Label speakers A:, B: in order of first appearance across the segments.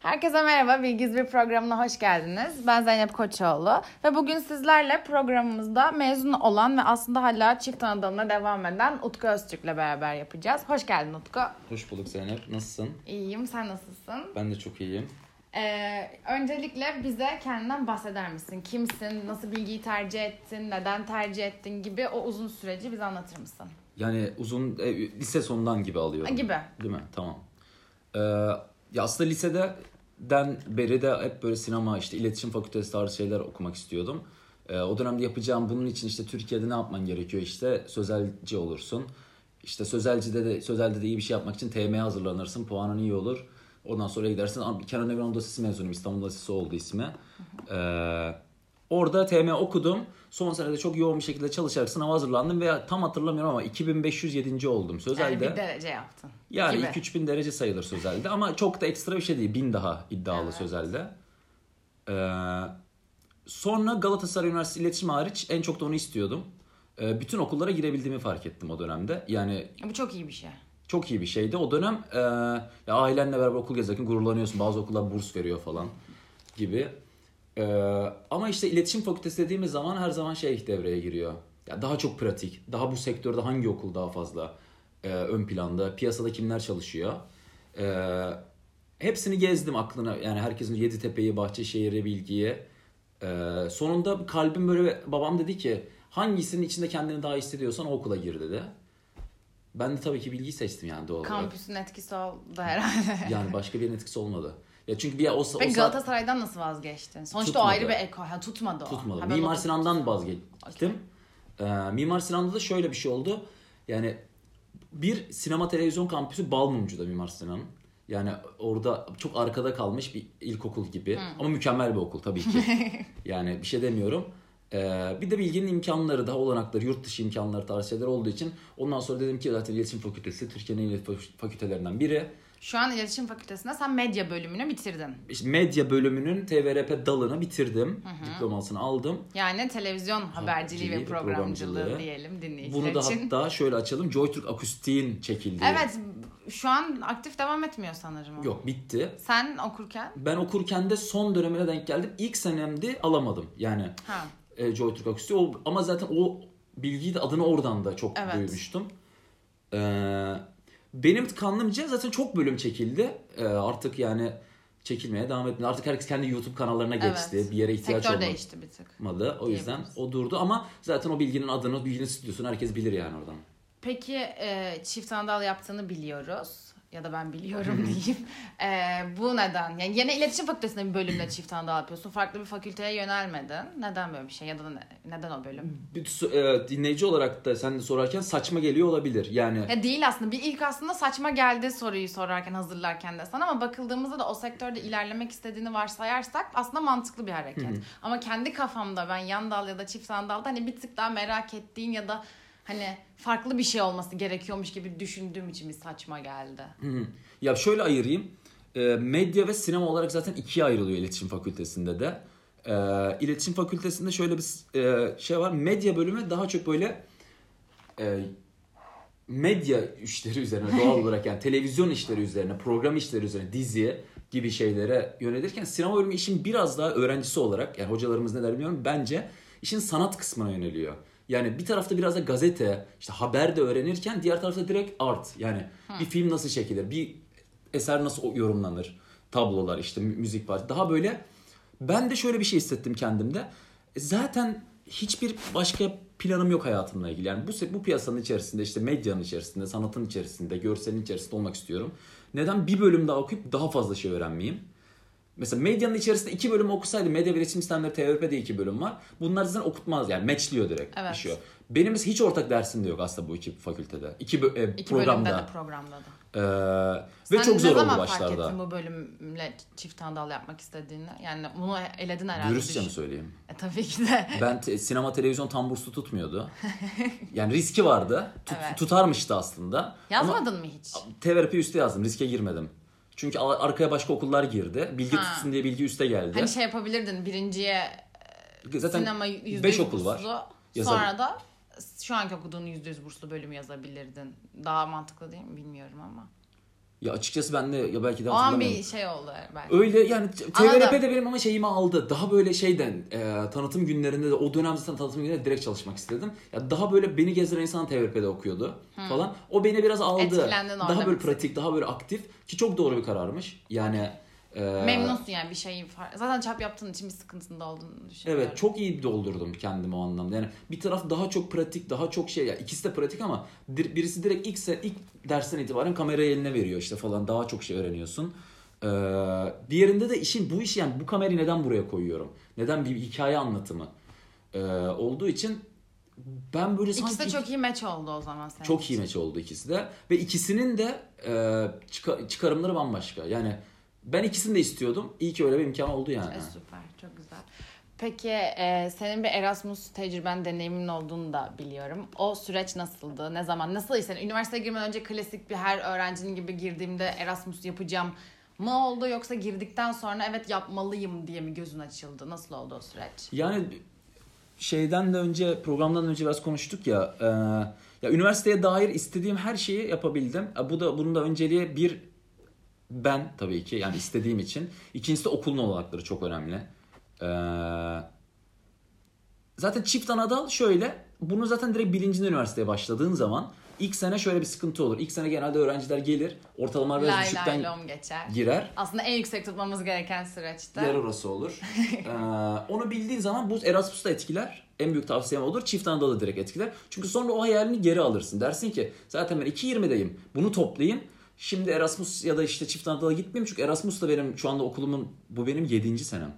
A: Herkese merhaba, Bilgiz Bir programına hoş geldiniz. Ben Zeynep Koçoğlu ve bugün sizlerle programımızda mezun olan ve aslında hala çift anadalına devam eden Utku Öztürk'le beraber yapacağız. Hoş geldin Utku.
B: Hoş bulduk Zeynep. Nasılsın?
A: İyiyim, sen nasılsın?
B: Ben de çok iyiyim.
A: Ee, öncelikle bize kendinden bahseder misin? Kimsin, nasıl bilgiyi tercih ettin, neden tercih ettin gibi o uzun süreci bize anlatır mısın?
B: Yani uzun e, lise sonundan gibi alıyorum.
A: Gibi.
B: Değil mi? Tamam. Ee, ya aslında liseden beri de hep böyle sinema işte iletişim fakültesi tarzı şeyler okumak istiyordum. Ee, o dönemde yapacağım bunun için işte Türkiye'de ne yapman gerekiyor işte sözelci olursun. İşte sözelcide de sözelde de iyi bir şey yapmak için TM'ye hazırlanırsın. Puanın iyi olur. Ondan sonra gidersin. Ama Kenan Evren Odası mezunuyum. İstanbul Odası oldu ismi. Ee, orada TM okudum. Son senede çok yoğun bir şekilde çalışarak sınava hazırlandım ve tam hatırlamıyorum ama 2507. oldum
A: Yani
B: sözelde.
A: bir derece yaptın.
B: Yani
A: Gibi.
B: 2-3 bin derece sayılır sözelde ama çok da ekstra bir şey değil. Bin daha iddialı
A: Evet.
B: sözelde. Ee, sonra Galatasaray Üniversitesi iletişim hariç en çok da onu istiyordum. Ee, bütün okullara girebildiğimi fark ettim o dönemde. Yani
A: Bu çok iyi bir şey.
B: çok iyi bir şeydi. O dönem e, ya ailenle beraber okul gezerken gururlanıyorsun. Bazı okullar burs veriyor falan gibi. E, ama işte iletişim fakültesi dediğimiz zaman her zaman şey devreye giriyor. Ya daha çok pratik. Daha bu sektörde hangi okul daha fazla e, ön planda? Piyasada kimler çalışıyor? E, hepsini gezdim aklına. Yani herkesin Yeditepe'yi, Bahçeşehir'i, Bilgi'yi. E, sonunda kalbim böyle babam dedi ki hangisinin içinde kendini daha hissediyorsan o okula gir dedi. Ben de tabii ki bilgiyi seçtim yani doğal olarak.
A: Kampüsün etkisi oldu herhalde.
B: Yani başka birinin etkisi olmadı. Ya çünkü bir o, o
A: Peki
B: saat
A: Galatasaray'dan nasıl vazgeçtin? Sonuçta o
B: Tutmadı.
A: ayrı bir eko. Ha, tutmadı o.
B: tutmadı.
A: Ha, ben
B: Mimar
A: o-
B: Sinan'dan vazgeçtim. Ee, Mimar Sinan'da da şöyle bir şey oldu. Yani bir sinema televizyon kampüsü Balmumcu'da Mimar Sinan'ın. Yani orada çok arkada kalmış bir ilkokul gibi. Ama mükemmel bir okul tabii ki. yani bir şey demiyorum. Ee, bir de bilginin imkanları, daha olanakları, yurt dışı imkanları tarzı şeyler olduğu için ondan sonra dedim ki zaten iletişim fakültesi Türkiye'nin en iyi fakü- fakültelerinden biri.
A: Şu an iletişim fakültesinde sen medya bölümünü bitirdin.
B: İşte medya bölümünün TVRP dalını bitirdim. Diplomasını aldım.
A: Yani televizyon haberciliği ve
B: Haberciliği ve
A: programcılığı,
B: programcılığı.
A: diyelim dinleyiciler
B: Bunu da
A: için.
B: hatta şöyle açalım. Joytürk Akustik'in çekildiği.
A: Evet şu an aktif devam etmiyor sanırım. o.
B: Yok bitti.
A: Sen okurken?
B: Ben okurken de son dönemine denk geldim. İlk senemde alamadım. Yani
A: Ha.
B: e, Joytürk Akustik. O, ama zaten o bilgiyi de adını oradan da çok
A: Evet.
B: duymuştum. Ee, benim kanlımca zaten çok bölüm çekildi. Ee, artık yani çekilmeye devam etmiyor. Artık herkes kendi YouTube kanallarına geçti.
A: evet.
B: Bir yere ihtiyaç
A: Sektör
B: olmadı.
A: değişti bir tık.
B: olmadı. O yüzden
A: Diyebiliriz.
B: o durdu ama zaten o bilginin adını, bilginin stüdyosunu herkes bilir yani oradan.
A: Peki e, çift anadal yaptığını biliyoruz ya da ben biliyorum diyeyim. E, bu neden? Yani yine iletişim fakültesinde bir bölümde çift anadal yapıyorsun. Farklı bir fakülteye yönelmedin. Neden böyle bir şey ya da ne- neden o bölüm?
B: bir su- e, dinleyici olarak da sen de sorarken saçma geliyor olabilir. Yani
A: Ya E, değil aslında. Bir ilk aslında saçma geldi soruyu sorarken hazırlarken de sana ama bakıldığımızda da o sektörde ilerlemek istediğini varsayarsak aslında mantıklı bir hareket. ama kendi kafamda ben yan dal ya da çift sandalda hani bir tık daha merak ettiğin ya da hani farklı bir şey olması gerekiyormuş gibi düşündüğüm için bir saçma geldi.
B: hı. ya şöyle ayırayım. E, medya ve sinema olarak zaten ikiye ayrılıyor iletişim fakültesinde de. E, iletişim fakültesinde şöyle bir s- e, şey var. Medya bölümü daha çok böyle e, medya işleri üzerine doğal olarak yani televizyon işleri üzerine, program işleri üzerine, dizi gibi şeylere yönelirken sinema bölümü işin biraz daha öğrencisi olarak yani hocalarımız ne der bilmiyorum bence işin sanat kısmına yöneliyor. Yani bir tarafta biraz da gazete, işte haber de öğrenirken diğer tarafta direkt art. Yani bir film nasıl çekilir, bir eser nasıl yorumlanır, tablolar işte mü- müzik var. Daha böyle ben de şöyle bir şey hissettim kendimde. E, Zaten hiçbir başka planım yok hayatımla ilgili. Yani bu se- bu piyasanın içerisinde işte medyanın içerisinde, sanatın içerisinde, görselin içerisinde olmak istiyorum. Neden bir bölüm daha okuyup daha fazla şey öğrenmeyeyim? Mesela medyanın içerisinde iki bölüm okusaydım medya ve iletişim sistemleri TVP'de iki bölüm var. Bunlar zaten okutmaz yani matchliyor direkt.
A: Evet.
B: işiyor. Benim mesela hiç ortak dersim de yok aslında bu iki fakültede. İki, bö- e,
A: İki
B: programda.
A: bölümde de programda da.
B: Ee, ve
A: Sen
B: çok zor
A: ne
B: oldu
A: zaman fark
B: başlarda.
A: ettin bu bölümle çift handal yapmak istediğini? Yani bunu eledin herhalde.
B: Dürüstçe mi
A: düşün-
B: söyleyeyim?
A: E, tabii ki de.
B: Ben te- sinema televizyon tam burslu tutmuyordu. Yani riski vardı. Tut-
A: Evet.
B: Tutarmıştı aslında. Ama
A: Yazmadın mı hiç?
B: TVRP üste yazdım. Riske girmedim. Çünkü a- arkaya başka okullar girdi. Bilgi
A: Ha.
B: tutsun diye bilgi üste geldi.
A: Hani şey yapabilirdin birinciye
B: Zaten
A: sinema yüzde
B: beş
A: yüz
B: okul var.
A: burslu,
B: Yazalım.
A: Sonra da şu anki okuduğun yüzde yüz burslu bölümü yazabilirdin. Daha mantıklı değil mi bilmiyorum ama.
B: Ya açıkçası ben de ya belki de
A: O an
B: hatırlamıyorum.
A: bir şey oldu belki.
B: Öyle yani
A: Anladım.
B: TVRP de benim ama şeyimi aldı. Daha böyle şeyden e, tanıtım günlerinde de o dönem zaten tanıtım günlerinde direkt çalışmak istedim. Ya daha böyle beni gezdiren insan TVRP'de okuyordu
A: Hmm.
B: falan. O beni biraz aldı.
A: Etkilendin orada
B: Daha böyle
A: mesela.
B: pratik, daha böyle aktif ki çok doğru bir kararmış. Yani e,
A: Memnunsun yani bir şeyi far- Zaten çap yaptığın için bir sıkıntında olduğunu düşünüyorum.
B: Evet çok iyi doldurdum kendimi o anlamda. Yani bir taraf daha çok pratik, daha çok şey. Ya ikisi de pratik ama dir- birisi direkt ilk, se- ilk dersten itibaren kamerayı eline veriyor işte falan. Daha çok şey öğreniyorsun. Ee, diğerinde de işin bu işi yani bu kamerayı neden buraya koyuyorum? Neden bir hikaye anlatımı ee, olduğu için ben böyle
A: İkisi de
B: sanki
A: çok iyi match oldu o zaman senin.
B: çok iyi
A: için.
B: maç oldu ikisi de. Ve ikisinin de e, çıka- çıkarımları bambaşka. Yani ben ikisini de istiyordum. İyi ki öyle bir imkan oldu yani.
A: E, süper çok güzel. Peki e, senin bir Erasmus tecrüben deneyimin olduğunu da biliyorum. O süreç nasıldı? Ne zaman? Nasıl işte üniversiteye girmeden önce klasik bir her öğrencinin gibi girdiğimde Erasmus yapacağım mı oldu yoksa girdikten sonra evet yapmalıyım diye mi gözün açıldı? Nasıl oldu o süreç?
B: Yani şeyden de önce programdan önce biraz konuştuk ya. e, ya üniversiteye dair istediğim her şeyi yapabildim. E, bu da bunun da önceliği bir ben tabii ki yani istediğim için. İkincisi de okulun olanakları çok önemli. E, zaten çift anadal şöyle. Bunu zaten direkt bilincinde üniversiteye başladığın zaman ilk sene şöyle bir sıkıntı olur. İlk sene genelde öğrenciler gelir. Ortalamalar biraz
A: Lay
B: düşükten
A: lay lom geçer.
B: girer.
A: Aslında en yüksek tutmamız gereken süreçte.
B: Yer orası olur. Ee, onu bildiğin zaman bu Erasmus'ta etkiler. En büyük tavsiyem olur. Çift Anadolu direkt etkiler. Çünkü sonra o hayalini geri alırsın. Dersin ki zaten ben 2.20'deyim. Bunu toplayayım. Şimdi Erasmus ya da işte çift Anadolu'ya gitmeyeyim. Çünkü Erasmus da benim şu anda okulumun bu benim 7. senem.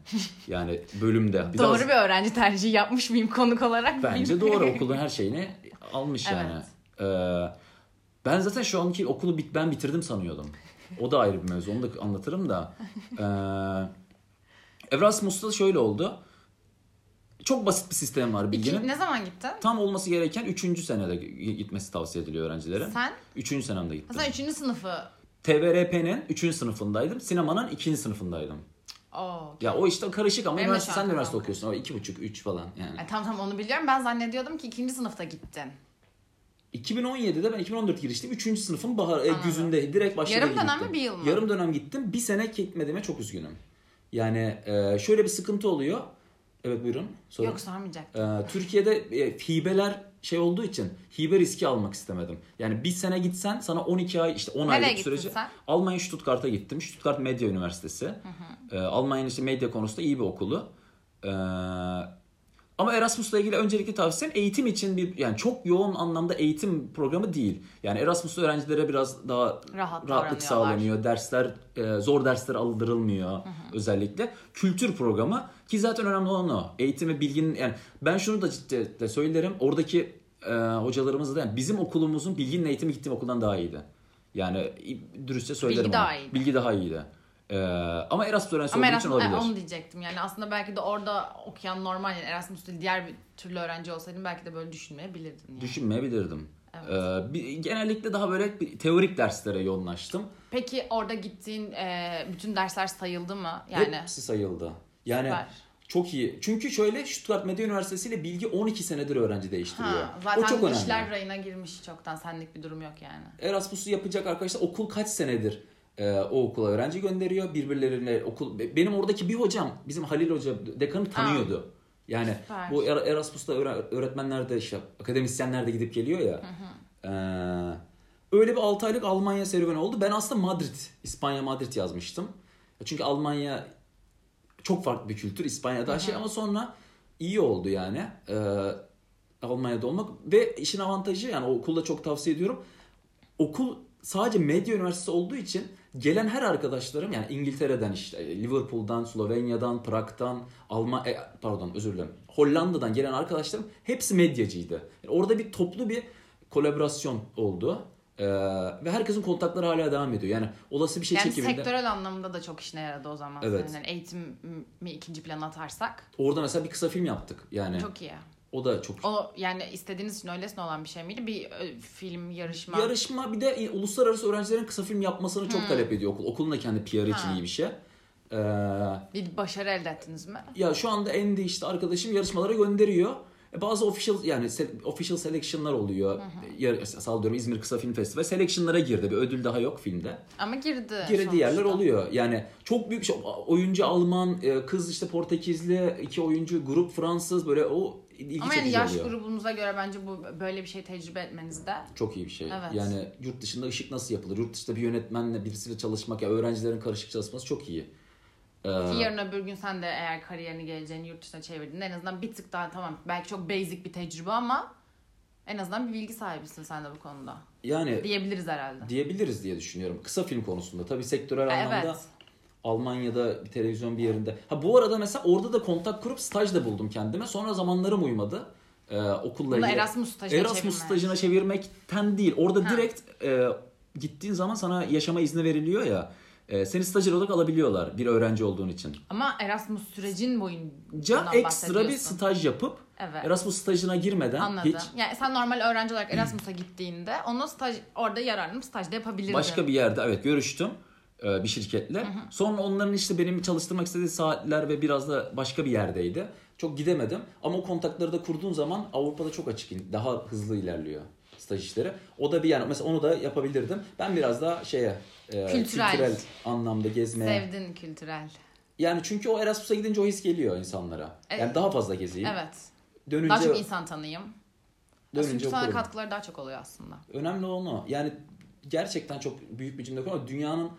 B: Yani bölümde. Bir
A: Doğru
B: daha-
A: bir öğrenci tercihi yapmış mıyım konuk olarak?
B: Bence
A: bilmiyorum.
B: doğru okulun her şeyini almış yani.
A: Evet.
B: Ee, ben zaten şu anki okulu bit ben bitirdim sanıyordum. O da ayrı bir mevzu. Onu da anlatırım da. Ee, Erasmus'ta şöyle oldu. Çok basit bir sistem var
A: İki-
B: bilginin.
A: ne zaman gittin?
B: Tam olması gereken 3. senede g- gitmesi tavsiye ediliyor öğrencilere.
A: Sen?
B: 3. senemde gittim.
A: Sen 3. sınıfı.
B: TVRP'nin 3. sınıfındaydım. Sinemanın 2. sınıfındaydım.
A: Oo.
B: Ya o işte karışık ama
A: Benim de
B: üniversite,
A: şu an
B: sen de üniversite
A: kafam
B: okuyorsun. O 2,5 3 falan yani.
A: Ay, tam tam E, onu biliyorum. Ben zannediyordum ki ikinci sınıfta gittin.
B: 2017'de ben 2014 giriştim. 3. sınıfın bahar e,
A: Anladım.
B: güzünde direkt başladı
A: Yarım dönem
B: gittim.
A: mi, bir yıl mı?
B: Yarım dönem gittim. Bir sene gitmediğime çok üzgünüm. Yani e, şöyle bir sıkıntı oluyor. Evet buyurun. Sorun.
A: Yok sormayacaktım.
B: E, Türkiye'de e, hibeler şey olduğu için hibe riski almak istemedim. Yani bir sene gitsen sana 12 ay işte 10
A: Nereye
B: aylık
A: gittin
B: sürece.
A: sen?
B: Almanya Stuttgart'a gittim. Stuttgart Medya Üniversitesi. E, Almanya'nın işte medya konusunda iyi bir okulu. E, ama Erasmus'la ilgili öncelikli tavsiyem eğitim için bir yani çok yoğun anlamda eğitim programı değil. Yani Erasmus'ta öğrencilere biraz daha
A: Rahat
B: rahatlık
A: davranıyorlar.
B: sağlanıyor. Dersler e, zor dersler aldırılmıyor özellikle. Kültür programı ki zaten önemli olan o. Eğitimi bilginin yani ben şunu da ciddiyetle söylerim. Oradaki e, hocalarımız da yani bizim okulumuzun bilginin eğitimi gittiğim okuldan daha iyiydi. Yani i- dürüstçe söylerim.
A: daha
B: onu.
A: iyiydi.
B: Bilgi daha iyiydi. E, ama Erasmus öğrencisi
A: Ama
B: olduğu için
A: Erasmus,
B: olabilir.
A: e, onu diyecektim. Yani aslında belki de orada okuyan normal yani Erasmus değil diğer bir türlü öğrenci olsaydın belki de böyle düşünmeyebilirdin. Yani.
B: Düşünmeyebilirdim.
A: Evet.
B: Ee, bir- genellikle daha böyle bir teorik derslere yoğunlaştım.
A: Peki orada gittiğin e, bütün dersler sayıldı mı? Yani
B: Hepsi sayıldı. Yani
A: Süper.
B: çok iyi. Çünkü şöyle Stuttgart Medya Üniversitesi ile bilgi 12 senedir öğrenci değiştiriyor.
A: ha, zaten
B: o çok önemli.
A: işler rayına girmiş çoktan. Senlik bir durum yok yani.
B: Erasmus'u yapacak arkadaşlar okul kaç senedir e, o okula öğrenci gönderiyor. Birbirlerine okul be- benim oradaki bir hocam bizim Halil Hoca dekanı tanıyordu. Yani
A: Süper.
B: bu Er- Erasmus'ta öğre- öğretmenler de işte akademisyenler de gidip geliyor ya. E, öyle bir 6 aylık Almanya serüveni oldu. Ben aslında Madrid, İspanya Madrid yazmıştım. Çünkü Almanya çok farklı bir kültür. İspanya daha şey ama sonra iyi oldu yani. E, Almanya'da olmak ve işin avantajı yani okulda çok tavsiye ediyorum okul sadece medya üniversitesi olduğu için gelen her arkadaşlarım yani İngiltere'den işte e, Liverpool'dan, Slovenya'dan, Prag'dan, Alman e, pardon özür dilerim. Hollanda'dan gelen arkadaşlarım hepsi medyacıydı. Yani orada bir toplu bir kolaborasyon oldu. Ee, ve herkesin kontakları hala devam ediyor. Yani olası bir şey
A: Yani
B: çekiminde
A: sektörel anlamda da çok işine yaradı o zaman.
B: Evet.
A: senin. Yani eğitimi ikinci plana atarsak
B: orada mesela bir kısa film yaptık. Yani
A: çok iyi.
B: o da çok
A: O yani istediğiniz için öylesine olan bir şey miydi? Bir e, film yarışma.
B: Yarışma bir de e, uluslararası öğrencilerin kısa film yapmasını çok talep ediyor okul. Okulun da kendi PR'ı için
A: Ha.
B: iyi bir şey. Ee,
A: bir başarı elde ettiniz mi?
B: ya şu anda Andy işte arkadaşım yarışmalara gönderiyor. E, Bazı official yani se- official selection'lar oluyor. Yar- sallıyorum İzmir Kısa Film Festivali selection'lara girdi. Bir ödül daha yok filmde.
A: Ama girdi.
B: Girdi yerler
A: sonuçta.
B: oluyor. Yani çok büyük şey. Oyuncu Alman, e, kız işte Portekizli, iki oyuncu, grup Fransız böyle o ilgi
A: Ama yani
B: çekici
A: yaş
B: oluyor.
A: grubunuza göre bence bu böyle bir şey tecrübe etmeniz de
B: Çok iyi bir şey.
A: Evet.
B: Yani yurt dışında ışık nasıl yapılır? Yurt dışında bir yönetmenle birisiyle çalışmak ya öğrencilerin karışık çalışması çok iyi. Ee,
A: Ki yarın öbür gün sen de eğer kariyerini geleceğini yurt dışına çevirdiğinde en azından bir tık daha tamam belki çok basic bir tecrübe ama en azından bir bilgi sahibisin sen de bu konuda.
B: yani
A: Diyebiliriz herhalde.
B: diyebiliriz diye düşünüyorum. Kısa film konusunda tabii sektörel
A: Evet.
B: anlamda Almanya'da bir televizyon bir yerinde. Ha bu arada mesela orada da kontak kurup staj da buldum kendime. Sonra zamanlarım uymadı. Ee,
A: Bunu
B: okulla ilgili-
A: Erasmus stajına
B: Erasmus
A: çevirme.
B: stajına çevirmekten değil. Orada
A: Ha.
B: direkt e, gittiğin zaman sana yaşama izni veriliyor ya. E, seni stajyer olarak alabiliyorlar bir öğrenci olduğun için.
A: Ama Erasmus sürecin boyunca
B: Ca ekstra bir staj yapıp
A: Evet.
B: Erasmus stajına girmeden
A: Anladım.
B: hiç
A: Yani sen normal öğrenci olarak Erasmus'a gittiğinde onu staj orada yararlanıp stajda yapabilirdin.
B: başka bir yerde evet görüştüm e, bir şirketle. Sonra onların işte benim çalıştırmak istediği saatler ve biraz da başka bir yerdeydi. Çok gidemedim ama o kontakları da kurduğun zaman Avrupa'da çok açık il- daha hızlı ilerliyor staj işleri. O da bir yani mesela onu da yapabilirdim. Ben biraz daha şeye e,
A: Kültürel.
B: kültürel anlamda gezmeye.
A: Sevdin kültürel.
B: Yani çünkü o Erasmus'a gidince o his geliyor insanlara. Yani
A: Evet.
B: daha fazla gezeyim.
A: Evet.
B: Dönünce
A: Daha çok insan tanıyayım. Çünkü
B: dönünce
A: sana
B: okurum.
A: katkıları daha çok oluyor aslında.
B: Önemli olan o. Yani gerçekten çok büyük bir cümle yok ama dünyanın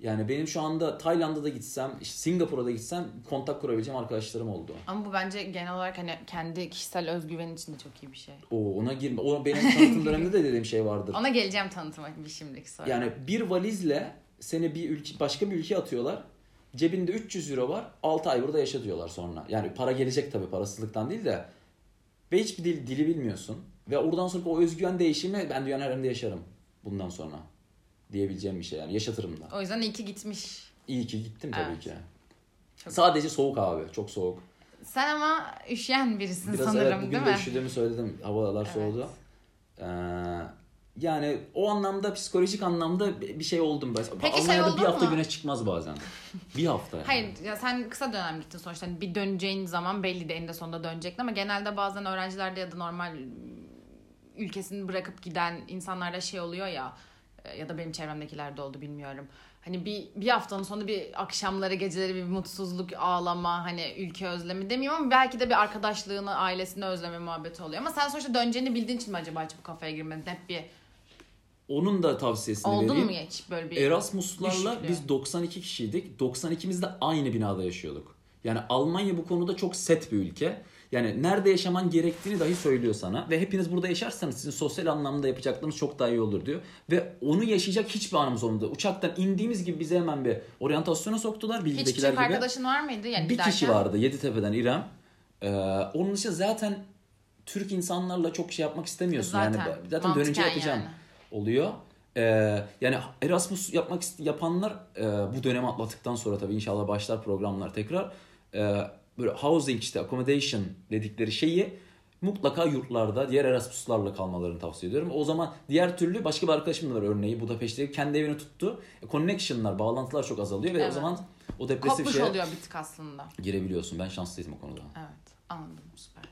B: yani benim şu anda Tayland'a da gitsem, işte Singapur'a da gitsem kontak kurabileceğim arkadaşlarım oldu.
A: Ama bu bence genel olarak hani kendi kişisel özgüven için de çok iyi bir şey.
B: O ona girme. O benim tanıtım döneminde de dediğim şey vardır.
A: Ona geleceğim tanıtıma bir şimdiki soru.
B: Yani bir valizle seni bir ülke başka bir ülkeye atıyorlar. Cebinde 300 euro var. 6 ay burada yaşa diyorlar sonra. Yani para gelecek tabii parasızlıktan değil de. Ve hiçbir dil, dili bilmiyorsun. Ve oradan sonra o özgüven değişimi ben dünyanın her yerinde yaşarım bundan sonra diyebileceğim bir şey yani yaşatırım da.
A: O yüzden iyi ki gitmiş.
B: İyi ki gittim tabii
A: Evet.
B: ki.
A: Çok-
B: Sadece soğuk abi. Çok soğuk.
A: Sen ama üşüyen birisin
B: Biraz
A: sanırım
B: evet
A: değil
B: bugün de
A: mi?
B: üşüdüğümü söyledim. Havalar
A: Evet.
B: soğudu. Ee, yani o anlamda psikolojik anlamda bir bir şey oldum. Mesela
A: Peki şey
B: Almanya'da bir
A: oldun
B: hafta
A: mu?
B: güneş çıkmaz bazen. bir hafta. yani.
A: Hayır ya sen kısa dönem gittin sonuçta. Hani bir döneceğin zaman belli de eninde sonunda dönecektin ama genelde bazen öğrencilerde ya da normal ülkesini bırakıp giden insanlarda şey oluyor ya e, ya da benim çevremdekilerde oldu bilmiyorum. Hani bir, bir haftanın sonu bir akşamları geceleri bir mutsuzluk, ağlama, hani ülke özlemi demeyeyim ama belki de bir arkadaşlığını, ailesini özleme muhabbeti oluyor. Ama sen sonuçta döneceğini bildiğin için mi acaba hiç bu kafaya girmedin? Hep bir
B: Onun da tavsiyesini
A: oldun
B: vereyim.
A: mu hiç böyle bir...
B: Erasmuslarla
A: Düşüklüğü.
B: biz 92 kişiydik. 92'miz de aynı binada yaşıyorduk. Yani Almanya bu konuda çok set bir ülke. Yani nerede yaşaman gerektiğini dahi söylüyor sana. Ve hepiniz burada yaşarsanız sizin sosyal anlamda yapacaklarınız çok daha iyi olur diyor. Ve onu yaşayacak hiçbir anımız olmadı. Uçaktan indiğimiz gibi bize hemen bir oryantasyona soktular.
A: Hiç
B: Bilgidekiler
A: Türk
B: gibi.
A: arkadaşın var mıydı? Yani
B: Bir kişi
A: giderken?
B: vardı Yeditepe'den İrem. Ee, onun için zaten Türk insanlarla çok şey yapmak istemiyorsun.
A: Zaten.
B: yani zaten
A: Mantıken
B: dönünce yapacağım
A: yani.
B: oluyor. Ee, yani Erasmus yapmak ist- yapanlar e, bu dönemi atlattıktan sonra tabii inşallah başlar programlar tekrar. E, böyle housing işte accommodation dedikleri şeyi mutlaka yurtlarda diğer Erasmuslarla kalmalarını tavsiye ediyorum. O zaman diğer türlü başka bir arkadaşım da var örneği Budapeş'te kendi evini tuttu. E, Connection'lar, bağlantılar çok azalıyor ve
A: Evet.
B: o zaman o depresif
A: Kopmuş
B: şeye
A: oluyor bir tık aslında.
B: girebiliyorsun. Ben şanslıydım o konuda.
A: Evet anladım süper.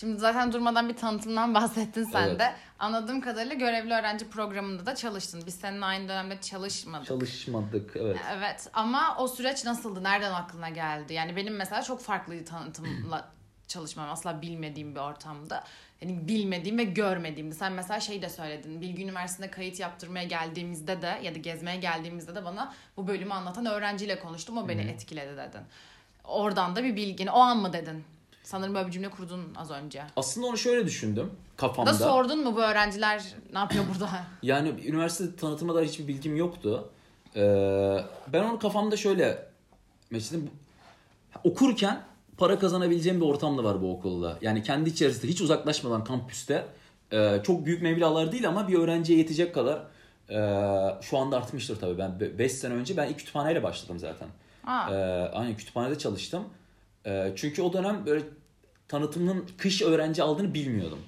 A: Şimdi zaten durmadan bir tanıtımdan bahsettin sen
B: Evet.
A: de. Anladığım kadarıyla görevli öğrenci programında da çalıştın. Biz seninle aynı dönemde çalışmadık.
B: Çalışmadık evet.
A: evet ama o süreç nasıldı? Nereden aklına geldi? Yani benim mesela çok farklı tanıtımla çalışmam asla bilmediğim bir ortamda. Yani bilmediğim ve görmediğimdi. Sen mesela şey de söyledin. Bilgi Üniversitesi'nde kayıt yaptırmaya geldiğimizde de ya da gezmeye geldiğimizde de bana bu bölümü anlatan öğrenciyle konuştum. O beni etkiledi dedin. Oradan da bir bilgi. Yani o an mı dedin? Sanırım böyle bir cümle kurdun az önce.
B: Aslında onu şöyle düşündüm
A: Ya Da
B: kafamda.
A: sordun mu bu öğrenciler ne yapıyor burada?
B: Yani üniversite tanıtıma dair hiçbir bilgim yoktu. Ee, ben onu kafamda şöyle mesela okurken para kazanabileceğim bir ortam da var bu okulda. Yani kendi içerisinde hiç uzaklaşmadan kampüste e, çok büyük meblağlar değil ama bir öğrenciye yetecek kadar e, şu anda artmıştır tabii. Ben 5 sene önce ben ilk kütüphaneyle başladım zaten.
A: Aa.
B: Ee, aynen kütüphanede çalıştım. Ee, çünkü o dönem böyle tanıtımın kış öğrenci aldığını bilmiyordum.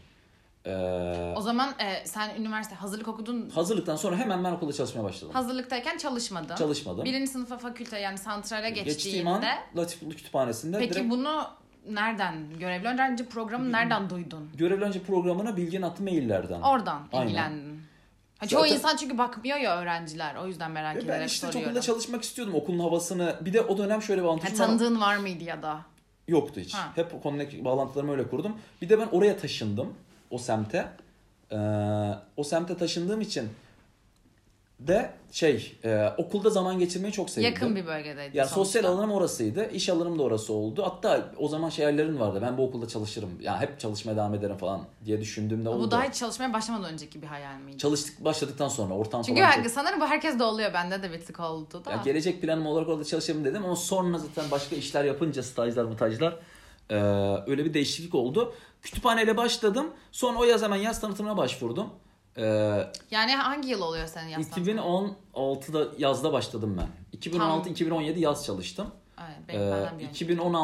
B: Ee,
A: O zaman e, sen üniversite hazırlık okudun.
B: hazırlıktan sonra hemen ben okulda çalışmaya başladım.
A: Hazırlıktayken çalışmadın.
B: Çalışmadım.
A: Birinci sınıfa fakülte yani santrale geçtiğinde.
B: Geçtiğim an Latif Ulu Kütüphanesi'nde
A: Peki
B: direkt
A: bunu nereden görevli? Önce programı nereden duydun?
B: Görevli önce programına bilgin attı maillerden.
A: Oradan
B: Aynen.
A: ilgilendin. Ha, çoğu
B: Zaten-
A: insan çünkü bakmıyor ya öğrenciler. O yüzden merak
B: Ya
A: ederek
B: ben işte çok
A: soruyorum.
B: okulda çalışmak istiyordum okulun havasını. Bir de o dönem şöyle bir
A: Ha,
B: antrenman
A: tanıdığın var mıydı ya da?
B: yoktu hiç.
A: Ha.
B: Hep connect bağlantılarımı öyle kurdum. Bir de ben oraya taşındım o semte. Ee, o semte taşındığım için de şey e, okulda zaman geçirmeyi çok sevdim.
A: Yakın bir bölgedeydin
B: Şey, Ya
A: sonuçta.
B: sosyal alanım orasıydı. iş alanım da orası oldu. Hatta o zaman şey hayallerim vardı. Ben bu okulda çalışırım. Ya hep çalışmaya devam ederim falan diye düşündüğümde oldu.
A: Bu daha hiç çalışmaya başlamadan önceki bir hayal miydi?
B: Çalıştık başladıktan sonra ortam
A: Çünkü
B: falan. çok-
A: her- sanırım bu herkes de oluyor. Bende de bitlik oldu da.
B: Ya gelecek planım olarak orada çalışırım dedim ama sonra zaten başka işler yapınca stajlar mutajlar eee, öyle bir değişiklik oldu. Kütüphaneyle başladım. Sonra o yaz hemen yaz tanıtımına başvurdum. E, Eee,
A: yani hangi yıl oluyor senin yaslan?
B: 2016'da yazda başladım ben. 2016-2017 yaz çalıştım.
A: Evet,
B: Ee,
A: benim benden bir önce.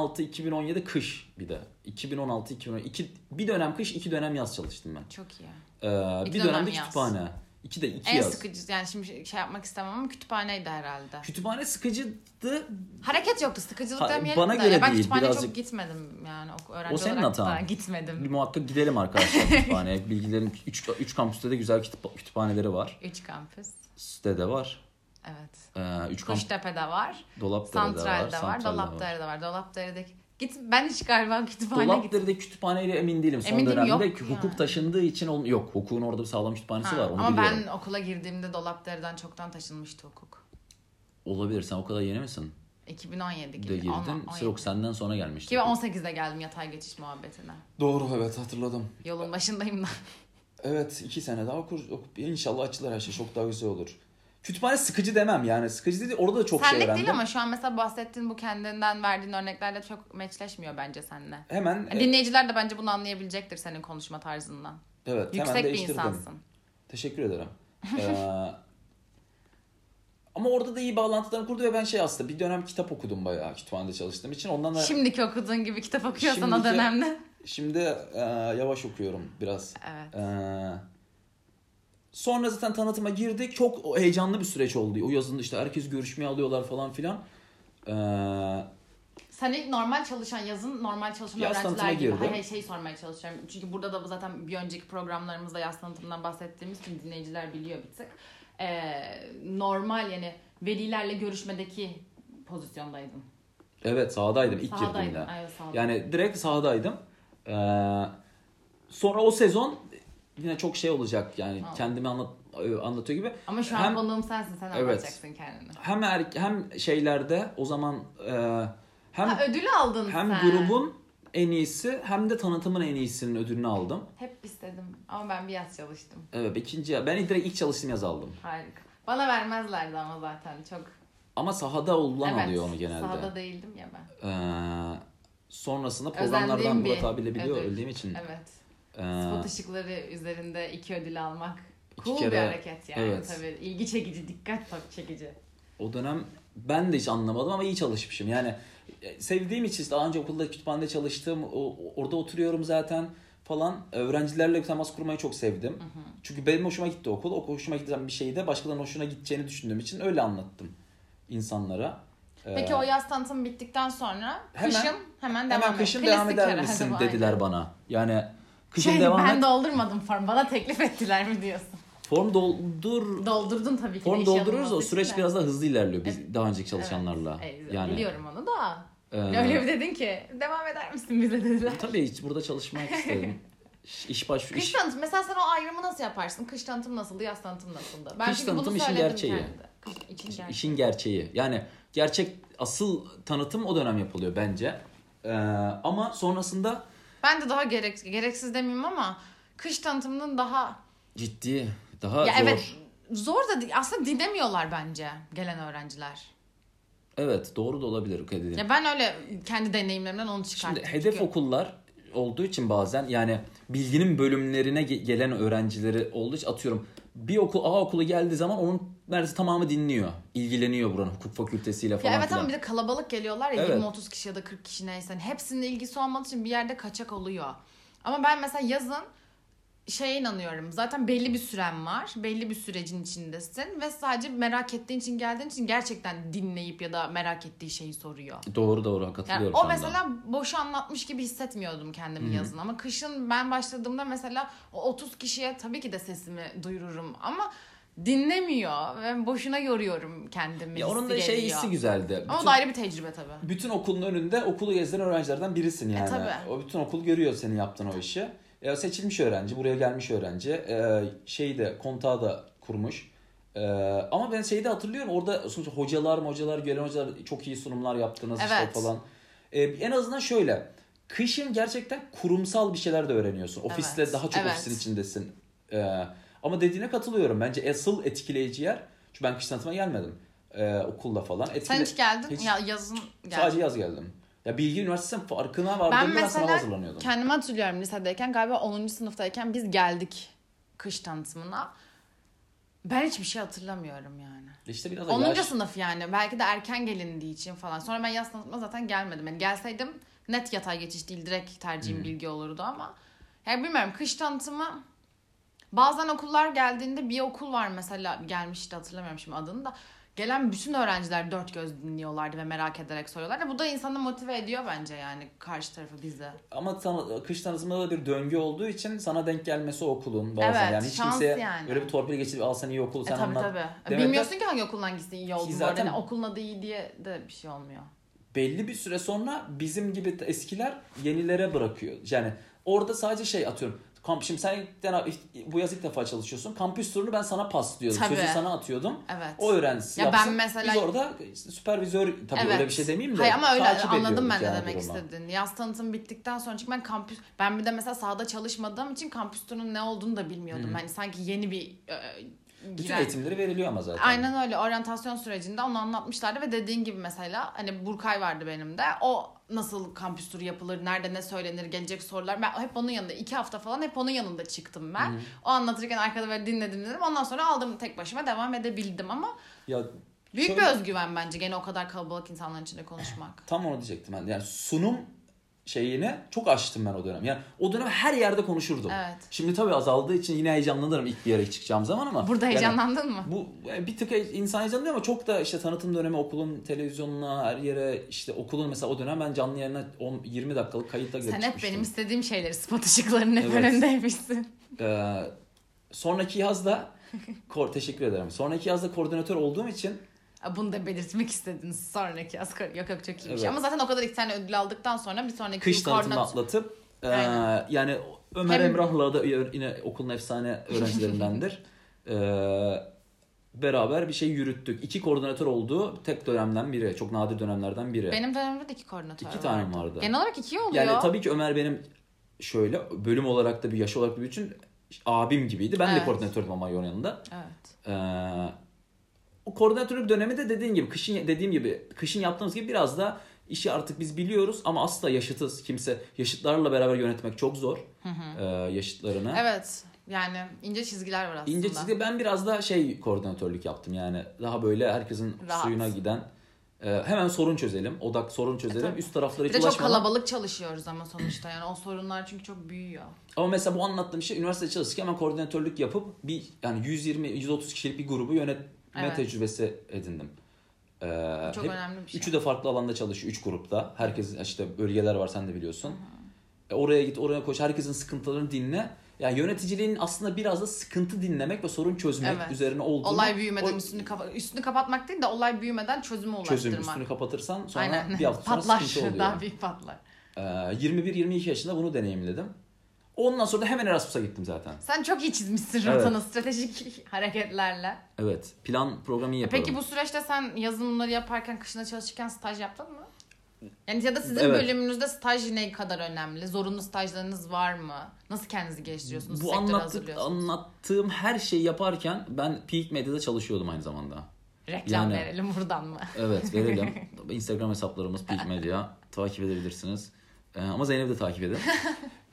B: 2016-2017 kış bir de. 2016-2017 iki- bir dönem kış iki dönem yaz çalıştım ben.
A: Çok iyi.
B: Ee,
A: İki
B: bir
A: dönem
B: dönemde
A: yaz.
B: kütüphane. İki de iki
A: en
B: yaz.
A: sıkıcı yani şimdi şey yapmak istemem ama kütüphaneydi herhalde.
B: Kütüphane sıkıcıydı.
A: Hareket yoktu. Sıkıcılık
B: Ha,
A: demeyelim
B: bana
A: de.
B: göre
A: Ya ben
B: değil,
A: kütüphaneye
B: birazcık-
A: çok gitmedim yani ok- öğrenci
B: O senin
A: olarak
B: hatan.
A: da gitmedim.
B: Bir muhakkak gidelim arkadaşlar kütüphaneye. Bilgilerin 3 üç kampüste de güzel kütüp- kütüphaneleri var.
A: Üç kampüs.
B: Site'de var.
A: Evet.
B: 3 kamp
A: Kuştepe'de var.
B: Dolapdere'de var.
A: Santral'de var.
B: Santral'de
A: Dolapdere'de var. Dolapdere'deki Git, ben hiç galiba kütüphane gittim.
B: Dolapdere'de kütüphaneyle emin değilim. Son
A: Emin değilim,
B: dönemde
A: yok
B: ki
A: yani.
B: hukuk taşındığı için ol- yok. Hukukun orada bir sağlam kütüphanesi
A: Ha,
B: var. Onu
A: ama
B: biliyorum.
A: ben okula girdiğimde Dolapdere'den çoktan taşınmıştı hukuk.
B: Olabilir. Sen o kadar yeni misin?
A: 2017
B: De
A: gibi.
B: girdin.
A: Ama- on-
B: Yok senden sonra gelmişti.
A: 2018'de geldim yatay geçiş muhabbetine.
B: Doğru evet hatırladım.
A: Yolun başındayım da.
B: Evet iki sene daha okur, oku- inşallah açılır her şey çok daha güzel olur. Kütüphane sıkıcı demem yani sıkıcı değil orada da çok şey
A: Senlik
B: öğrendim.
A: değil ama şu an mesela bahsettiğin bu kendinden verdiğin örneklerle çok meçleşmiyor bence seninle.
B: Hemen e,
A: Dinleyiciler de bence bunu anlayabilecektir senin konuşma tarzından.
B: evet hemen
A: Yüksek bir
B: değiştirdim.
A: insansın.
B: Teşekkür ederim. Ee, ama orada da iyi bağlantılar kurdu ve ben şey aslında bir dönem kitap okudum bayağı kütüphanede çalıştığım için ondan da
A: Şimdiki okuduğun gibi kitap okuyorsan o
B: Şimdiki-
A: dönemde.
B: şimdi e, yavaş okuyorum biraz.
A: Evet.
B: Ee, sonra zaten tanıtıma girdik. Çok heyecanlı bir süreç oldu. O yazın işte herkes görüşmeye alıyorlar falan filan. Ee,
A: Sen ilk normal çalışan yazın normal çalışan
B: Yaz tanıtıma
A: öğrenciler gibi.
B: girdim.
A: Hayır hayır, şey sormaya çalışıyorum. Çünkü burada da bu zaten bir önceki programlarımızda yaz tanıtımından bahsettiğimiz için dinleyiciler biliyor bir tık. Ee, normal yani velilerle görüşmedeki pozisyondaydın.
B: evet sahadaydım ilk
A: Sahadaydın.
B: girdiğimde.
A: Evet sahada.
B: Yani direkt sahadaydım. Ee, sonra o sezon yine çok şey olacak yani
A: Tamam.
B: kendimi anlat, e, anlatıyor gibi.
A: Ama şu an
B: Hem-
A: konuğum sensin sen
B: Evet.
A: anlatacaksın kendini.
B: Hem er, hem şeylerde o zaman e, hem
A: Ha, ödül aldın
B: hem
A: sen.
B: grubun en iyisi hem de tanıtımın en iyisinin ödülünü aldım.
A: Hep istedim ama ben bir yaz çalıştım.
B: Evet ikinci ben direkt ilk çalıştığım yaz aldım.
A: Harika. Bana vermezlerdi ama zaten çok.
B: Ama sahada olan
A: evet,
B: alıyor onu genelde.
A: Sahada değildim ya ben.
B: Ee, sonrasında programlardan
A: Özendiğim
B: Murat
A: bir
B: abiyle biliyor
A: ödül.
B: öldüğüm için.
A: Evet.
B: Ee,
A: Spot ışıkları üzerinde iki ödül almak.
B: İki
A: Cool bir
B: kere-
A: hareket yani
B: evet.
A: tabii. İlgi çekici, dikkat top çekici.
B: o dönem ben de hiç anlamadım ama iyi çalışmışım. Yani e, sevdiğim için işte daha önce okulda kütüphanede çalıştım. o- o- orada oturuyorum zaten falan. Öğrencilerle temas kurmayı çok sevdim. Çünkü benim hoşuma gitti okul. O hoşuma giden bir şeyi de başkalarının hoşuna gideceğini düşündüğüm için öyle anlattım insanlara. Ee,
A: Peki o yaz tanıtımı bittikten sonra
B: hemen-
A: kışın hemen devam
B: hemen
A: et.
B: kışın
A: Klasik
B: devam eder
A: herhalde
B: misin
A: bu,
B: dediler
A: aynen.
B: bana. Yani kışın
A: Şey,
B: devam
A: ben
B: et.
A: doldurmadım form. Bana teklif ettiler mi diyorsun?
B: Form doldur
A: Doldurdun tabii ki. de
B: Form
A: iş
B: dolduruyoruz o
A: alınması
B: süreç
A: için de.
B: biraz daha hızlı ilerliyor biz daha önceki çalışanlarla.
A: Evet,
B: yani
A: Biliyorum onu da.
B: e,
A: Öyle bir dedin ki devam eder misin bize dediler.
B: tabii hiç burada çalışmak istedim. İş- İş başvuru
A: Kış
B: iş.
A: tanıtım mesela sen o ayrımı nasıl yaparsın? Kış tanıtım nasıldı, yaz tanıtım nasıldı? Ben
B: Kış
A: çünkü
B: tanıtım
A: bunu
B: işin
A: söyledim
B: gerçeği.
A: kendi. Kış için gerçeği.
B: işin gerçeği. Yani gerçek asıl tanıtım o dönem yapılıyor bence. E, ama sonrasında
A: Ben de daha gerek, gereksiz demeyeyim ama kış tanıtımının daha
B: ciddi daha
A: ya
B: zor.
A: evet zor da değil. aslında dinlemiyorlar bence gelen öğrenciler.
B: Evet, doğru da olabilir dediğin.
A: Ya ben öyle kendi deneyimlerimden onu
B: Şimdi
A: çıkarttım.
B: hedef
A: Çünkü-
B: okullar olduğu için bazen yani bilginin bölümlerine ge- gelen öğrencileri olduğu için atıyorum bir okul A okulu geldiği zaman onun neredeyse tamamı dinliyor. ilgileniyor buranın hukuk fakültesiyle falan
A: Ya evet
B: filan.
A: ama bir de kalabalık geliyorlar ya
B: Evet.
A: 20-30 kişi ya da 40 kişi neyse. Hani Hepsinin ilgisi olmadığı için bir yerde kaçak oluyor. Ama ben mesela yazın şeye inanıyorum. Zaten belli bir süren var. Belli bir sürecin içindesin ve sadece merak ettiğin için geldiğin için gerçekten dinleyip ya da merak ettiği şeyi soruyor.
B: Doğru doğru katılıyorum
A: Yani
B: şu
A: o
B: anda.
A: mesela boş anlatmış gibi hissetmiyordum kendimi yazın ama kışın ben başladığımda mesela o 30 kişiye tabii ki de sesimi duyururum ama dinlemiyor ve boşuna yoruyorum kendimi.
B: Ya onun da
A: hissi
B: şey
A: geliyor.
B: hissi güzeldi.
A: Ama o da ayrı bir tecrübe tabii.
B: bütün okulun önünde okulu gezen öğrencilerden birisin yani.
A: E, tabii.
B: O bütün okul görüyor senin yaptığın o işi. E, seçilmiş öğrenci, buraya gelmiş öğrenci. E, şeyi de kontağı da kurmuş. E, ama ben şeyi de hatırlıyorum. Orada sonuçta hocalar, hocalar, gelen hocalar çok iyi sunumlar yaptınız işte
A: Evet.
B: falan. E, en azından şöyle. Kışın gerçekten kurumsal bir şeyler de öğreniyorsun. Ofiste
A: Evet,
B: daha çok
A: evet.
B: ofisin içindesin. E, ama dediğine katılıyorum. Bence asıl etkileyici yer. Çünkü ben kış tanıtıma gelmedim. E, okulla falan.
A: Sen
B: Etkile-
A: hiç geldin
B: hiç-
A: ya yazın geldin.
B: Sadece yaz geldim. Ya Bilgi Üniversitesi'nin farkına
A: Ben
B: vardığımda ben, sınava
A: mesela
B: hazırlanıyordum.
A: kendimi hatırlıyorum lisedeyken galiba 10. sınıftayken biz geldik kış tanıtımına. Ben hiçbir şey hatırlamıyorum yani.
B: İşte biraz da
A: 10.
B: yaş.
A: sınıf yani. Belki de erken gelindiği için falan. Sonra ben yaz tanıtma zaten gelmedim. Yani gelseydim net yatay geçiş değil direkt tercihim
B: Hmm.
A: bilgi olurdu ama. Yani bilmiyorum kış tanıtımı bazen okullar geldiğinde bir okul var mesela gelmişti hatırlamıyorum şimdi adını da. Gelen bütün öğrenciler dört göz dinliyorlardı ve merak ederek soruyorlardı. Bu da insanı motive ediyor bence yani karşı tarafı bize.
B: Ama sana, kış tanıtımında da bir döngü olduğu için sana denk gelmesi okulun bazen.
A: Evet,
B: yani hiç
A: şans
B: kimseye
A: yani.
B: öyle bir torpil geçirip al sen iyi okulu sen
A: e, tabii
B: anlat.
A: tabii.
B: demeden-
A: Bilmiyorsun ki hangi okuldan gitsin iyi oldu bu arada.
B: zaten-
A: Yani Okulun adı iyi diye de bir şey olmuyor.
B: Belli bir süre sonra bizim gibi t- eskiler yenilere bırakıyor. Yani orada sadece şey atıyorum. Kamp, şimdi sen yani bu yaz ilk defa çalışıyorsun. Kampüs turunu ben sana paslıyordum.
A: Tabii.
B: Sözü sana atıyordum.
A: Evet.
B: O öğrencisi
A: Ya ben
B: yapsın.
A: mesela-
B: Biz orada süpervizör tabii öyle bir şey demeyeyim de.
A: Hayır ama öyle
B: takip
A: anladım
B: ediyorduk
A: ben ne
B: yani
A: demek
B: durumu.
A: istediğini. Yaz tanıtım bittikten sonra çünkü ben kampüs ben bir de mesela sahada çalışmadığım için kampüs turunun ne olduğunu da bilmiyordum. Hani sanki yeni bir e,
B: Bütün
A: giren-
B: eğitimleri veriliyor ama zaten.
A: Aynen öyle. Oryantasyon sürecinde onu anlatmışlardı ve dediğin gibi mesela hani Burkay vardı benim de. O nasıl kampüs turu yapılır, nerede ne söylenir, gelecek sorular. Ben hep onun yanında iki hafta falan hep onun yanında çıktım ben. O anlatırken arkada böyle dinledim dedim. Ondan sonra aldım tek başıma devam edebildim ama
B: Ya
A: büyük
B: şöyle-
A: bir özgüven bence gene o kadar kalabalık insanların içinde konuşmak.
B: Tam onu diyecektim ben. de. Yani sunum şeyini çok açtım ben o dönem. Yani o dönem her yerde konuşurdum.
A: Evet.
B: Şimdi tabii azaldığı için yine heyecanlanırım ilk bir yere çıkacağım zaman ama.
A: Burada
B: yani
A: heyecanlandın mı?
B: Bu yani bir tık insan heyecanlanıyor ama çok da işte tanıtım dönemi okulun televizyonuna her yere işte okulun mesela o dönem ben canlı yayına 10, 20 dakikalık kayıtla girip
A: Sen hep
B: çıkmıştım.
A: benim istediğim şeyleri spot ışıklarının hep
B: Evet.
A: önündeymişsin.
B: Ee, sonraki yazda kor teşekkür ederim. Sonraki yazda koordinatör olduğum için
A: Bunu da belirtmek istediniz sonraki asgari. Yok yok çok iyiymiş.
B: Evet.
A: Ama zaten o kadar iki tane ödül aldıktan sonra bir sonraki
B: kış
A: yıl
B: tanıtımı
A: koordinatör-
B: atlatıp e,
A: Aynen.
B: yani Ömer
A: Hem-
B: Emrah'la da yine okulun efsane öğrencilerindendir. E, beraber bir şey yürüttük. İki koordinatör oldu. Tek dönemden biri. Çok nadir dönemlerden biri.
A: Benim dönemimde de iki koordinatör
B: İki
A: vardı.
B: tane vardı.
A: Genel olarak iki oluyor.
B: yani tabii ki Ömer benim şöyle bölüm olarak da bir yaş olarak da bir için abim gibiydi. Ben de
A: Evet.
B: koordinatördüm ama onun yanında.
A: Evet.
B: E, o koordinatörlük dönemi de dediğin gibi kışın dediğim gibi kışın yaptığımız gibi biraz da işi artık biz biliyoruz ama asla yaşıtız kimse yaşıtlarla beraber yönetmek çok zor e, yaşıtlarını.
A: Evet. Yani ince çizgiler var aslında.
B: İnce çizgi ben biraz da şey koordinatörlük yaptım yani daha böyle herkesin
A: Rahat.
B: suyuna giden e, hemen sorun çözelim odak sorun çözelim
A: E, tabii.
B: üst taraflara
A: Bir
B: hiç
A: de çok
B: ulaşmadan.
A: kalabalık çalışıyoruz ama sonuçta yani o sorunlar çünkü çok büyüyor.
B: Ama mesela bu anlattığım şey üniversitede çalışırken hemen koordinatörlük yapıp bir yani 120 130 kişilik bir grubu yönetme
A: Evet.
B: tecrübesi edindim. E,
A: Çok
B: hep-
A: önemli bir şey.
B: Üçü de farklı alanda çalışıyor. Üç grupta. Herkesin işte bölgeler var sen de biliyorsun. E, oraya git oraya koş. Herkesin sıkıntılarını dinle. Yani yöneticiliğin aslında biraz da sıkıntı dinlemek ve sorun çözmek
A: Evet.
B: üzerine olduğunu.
A: Olay büyümeden
B: o
A: üstünü kapa üstünü kapatmak değil de olay büyümeden çözüme ulaştırmak.
B: çözüm üstünü kapatırsan sonra
A: Aynen.
B: bir hafta sonra
A: patlar.
B: sıkıntı oluyor.
A: Daha büyük patlar.
B: E, 21-22 yaşında bunu deneyimledim. Ondan sonra da hemen Erasmus'a gittim zaten.
A: Sen çok iyi çizmişsin
B: Evet.
A: rotanı stratejik hareketlerle.
B: Evet. Plan programı iyi yaparım.
A: E, Peki bu süreçte sen yazın bunları yaparken, kışına çalışırken staj yaptın mı? Yani ya da sizin
B: Evet.
A: bölümünüzde staj ne kadar önemli? Zorunlu stajlarınız var mı? Nasıl kendinizi geliştiriyorsunuz?
B: bu
A: sektöre
B: anlattık,
A: hazırlıyorsunuz?
B: anlattığım her şeyi yaparken ben Peak Medya'da çalışıyordum aynı zamanda.
A: Reklam
B: yani-
A: verelim buradan mı?
B: Evet verelim. Instagram hesaplarımız Peak Media. Takip edebilirsiniz. Ee, ama Zeynep'i de takip edin.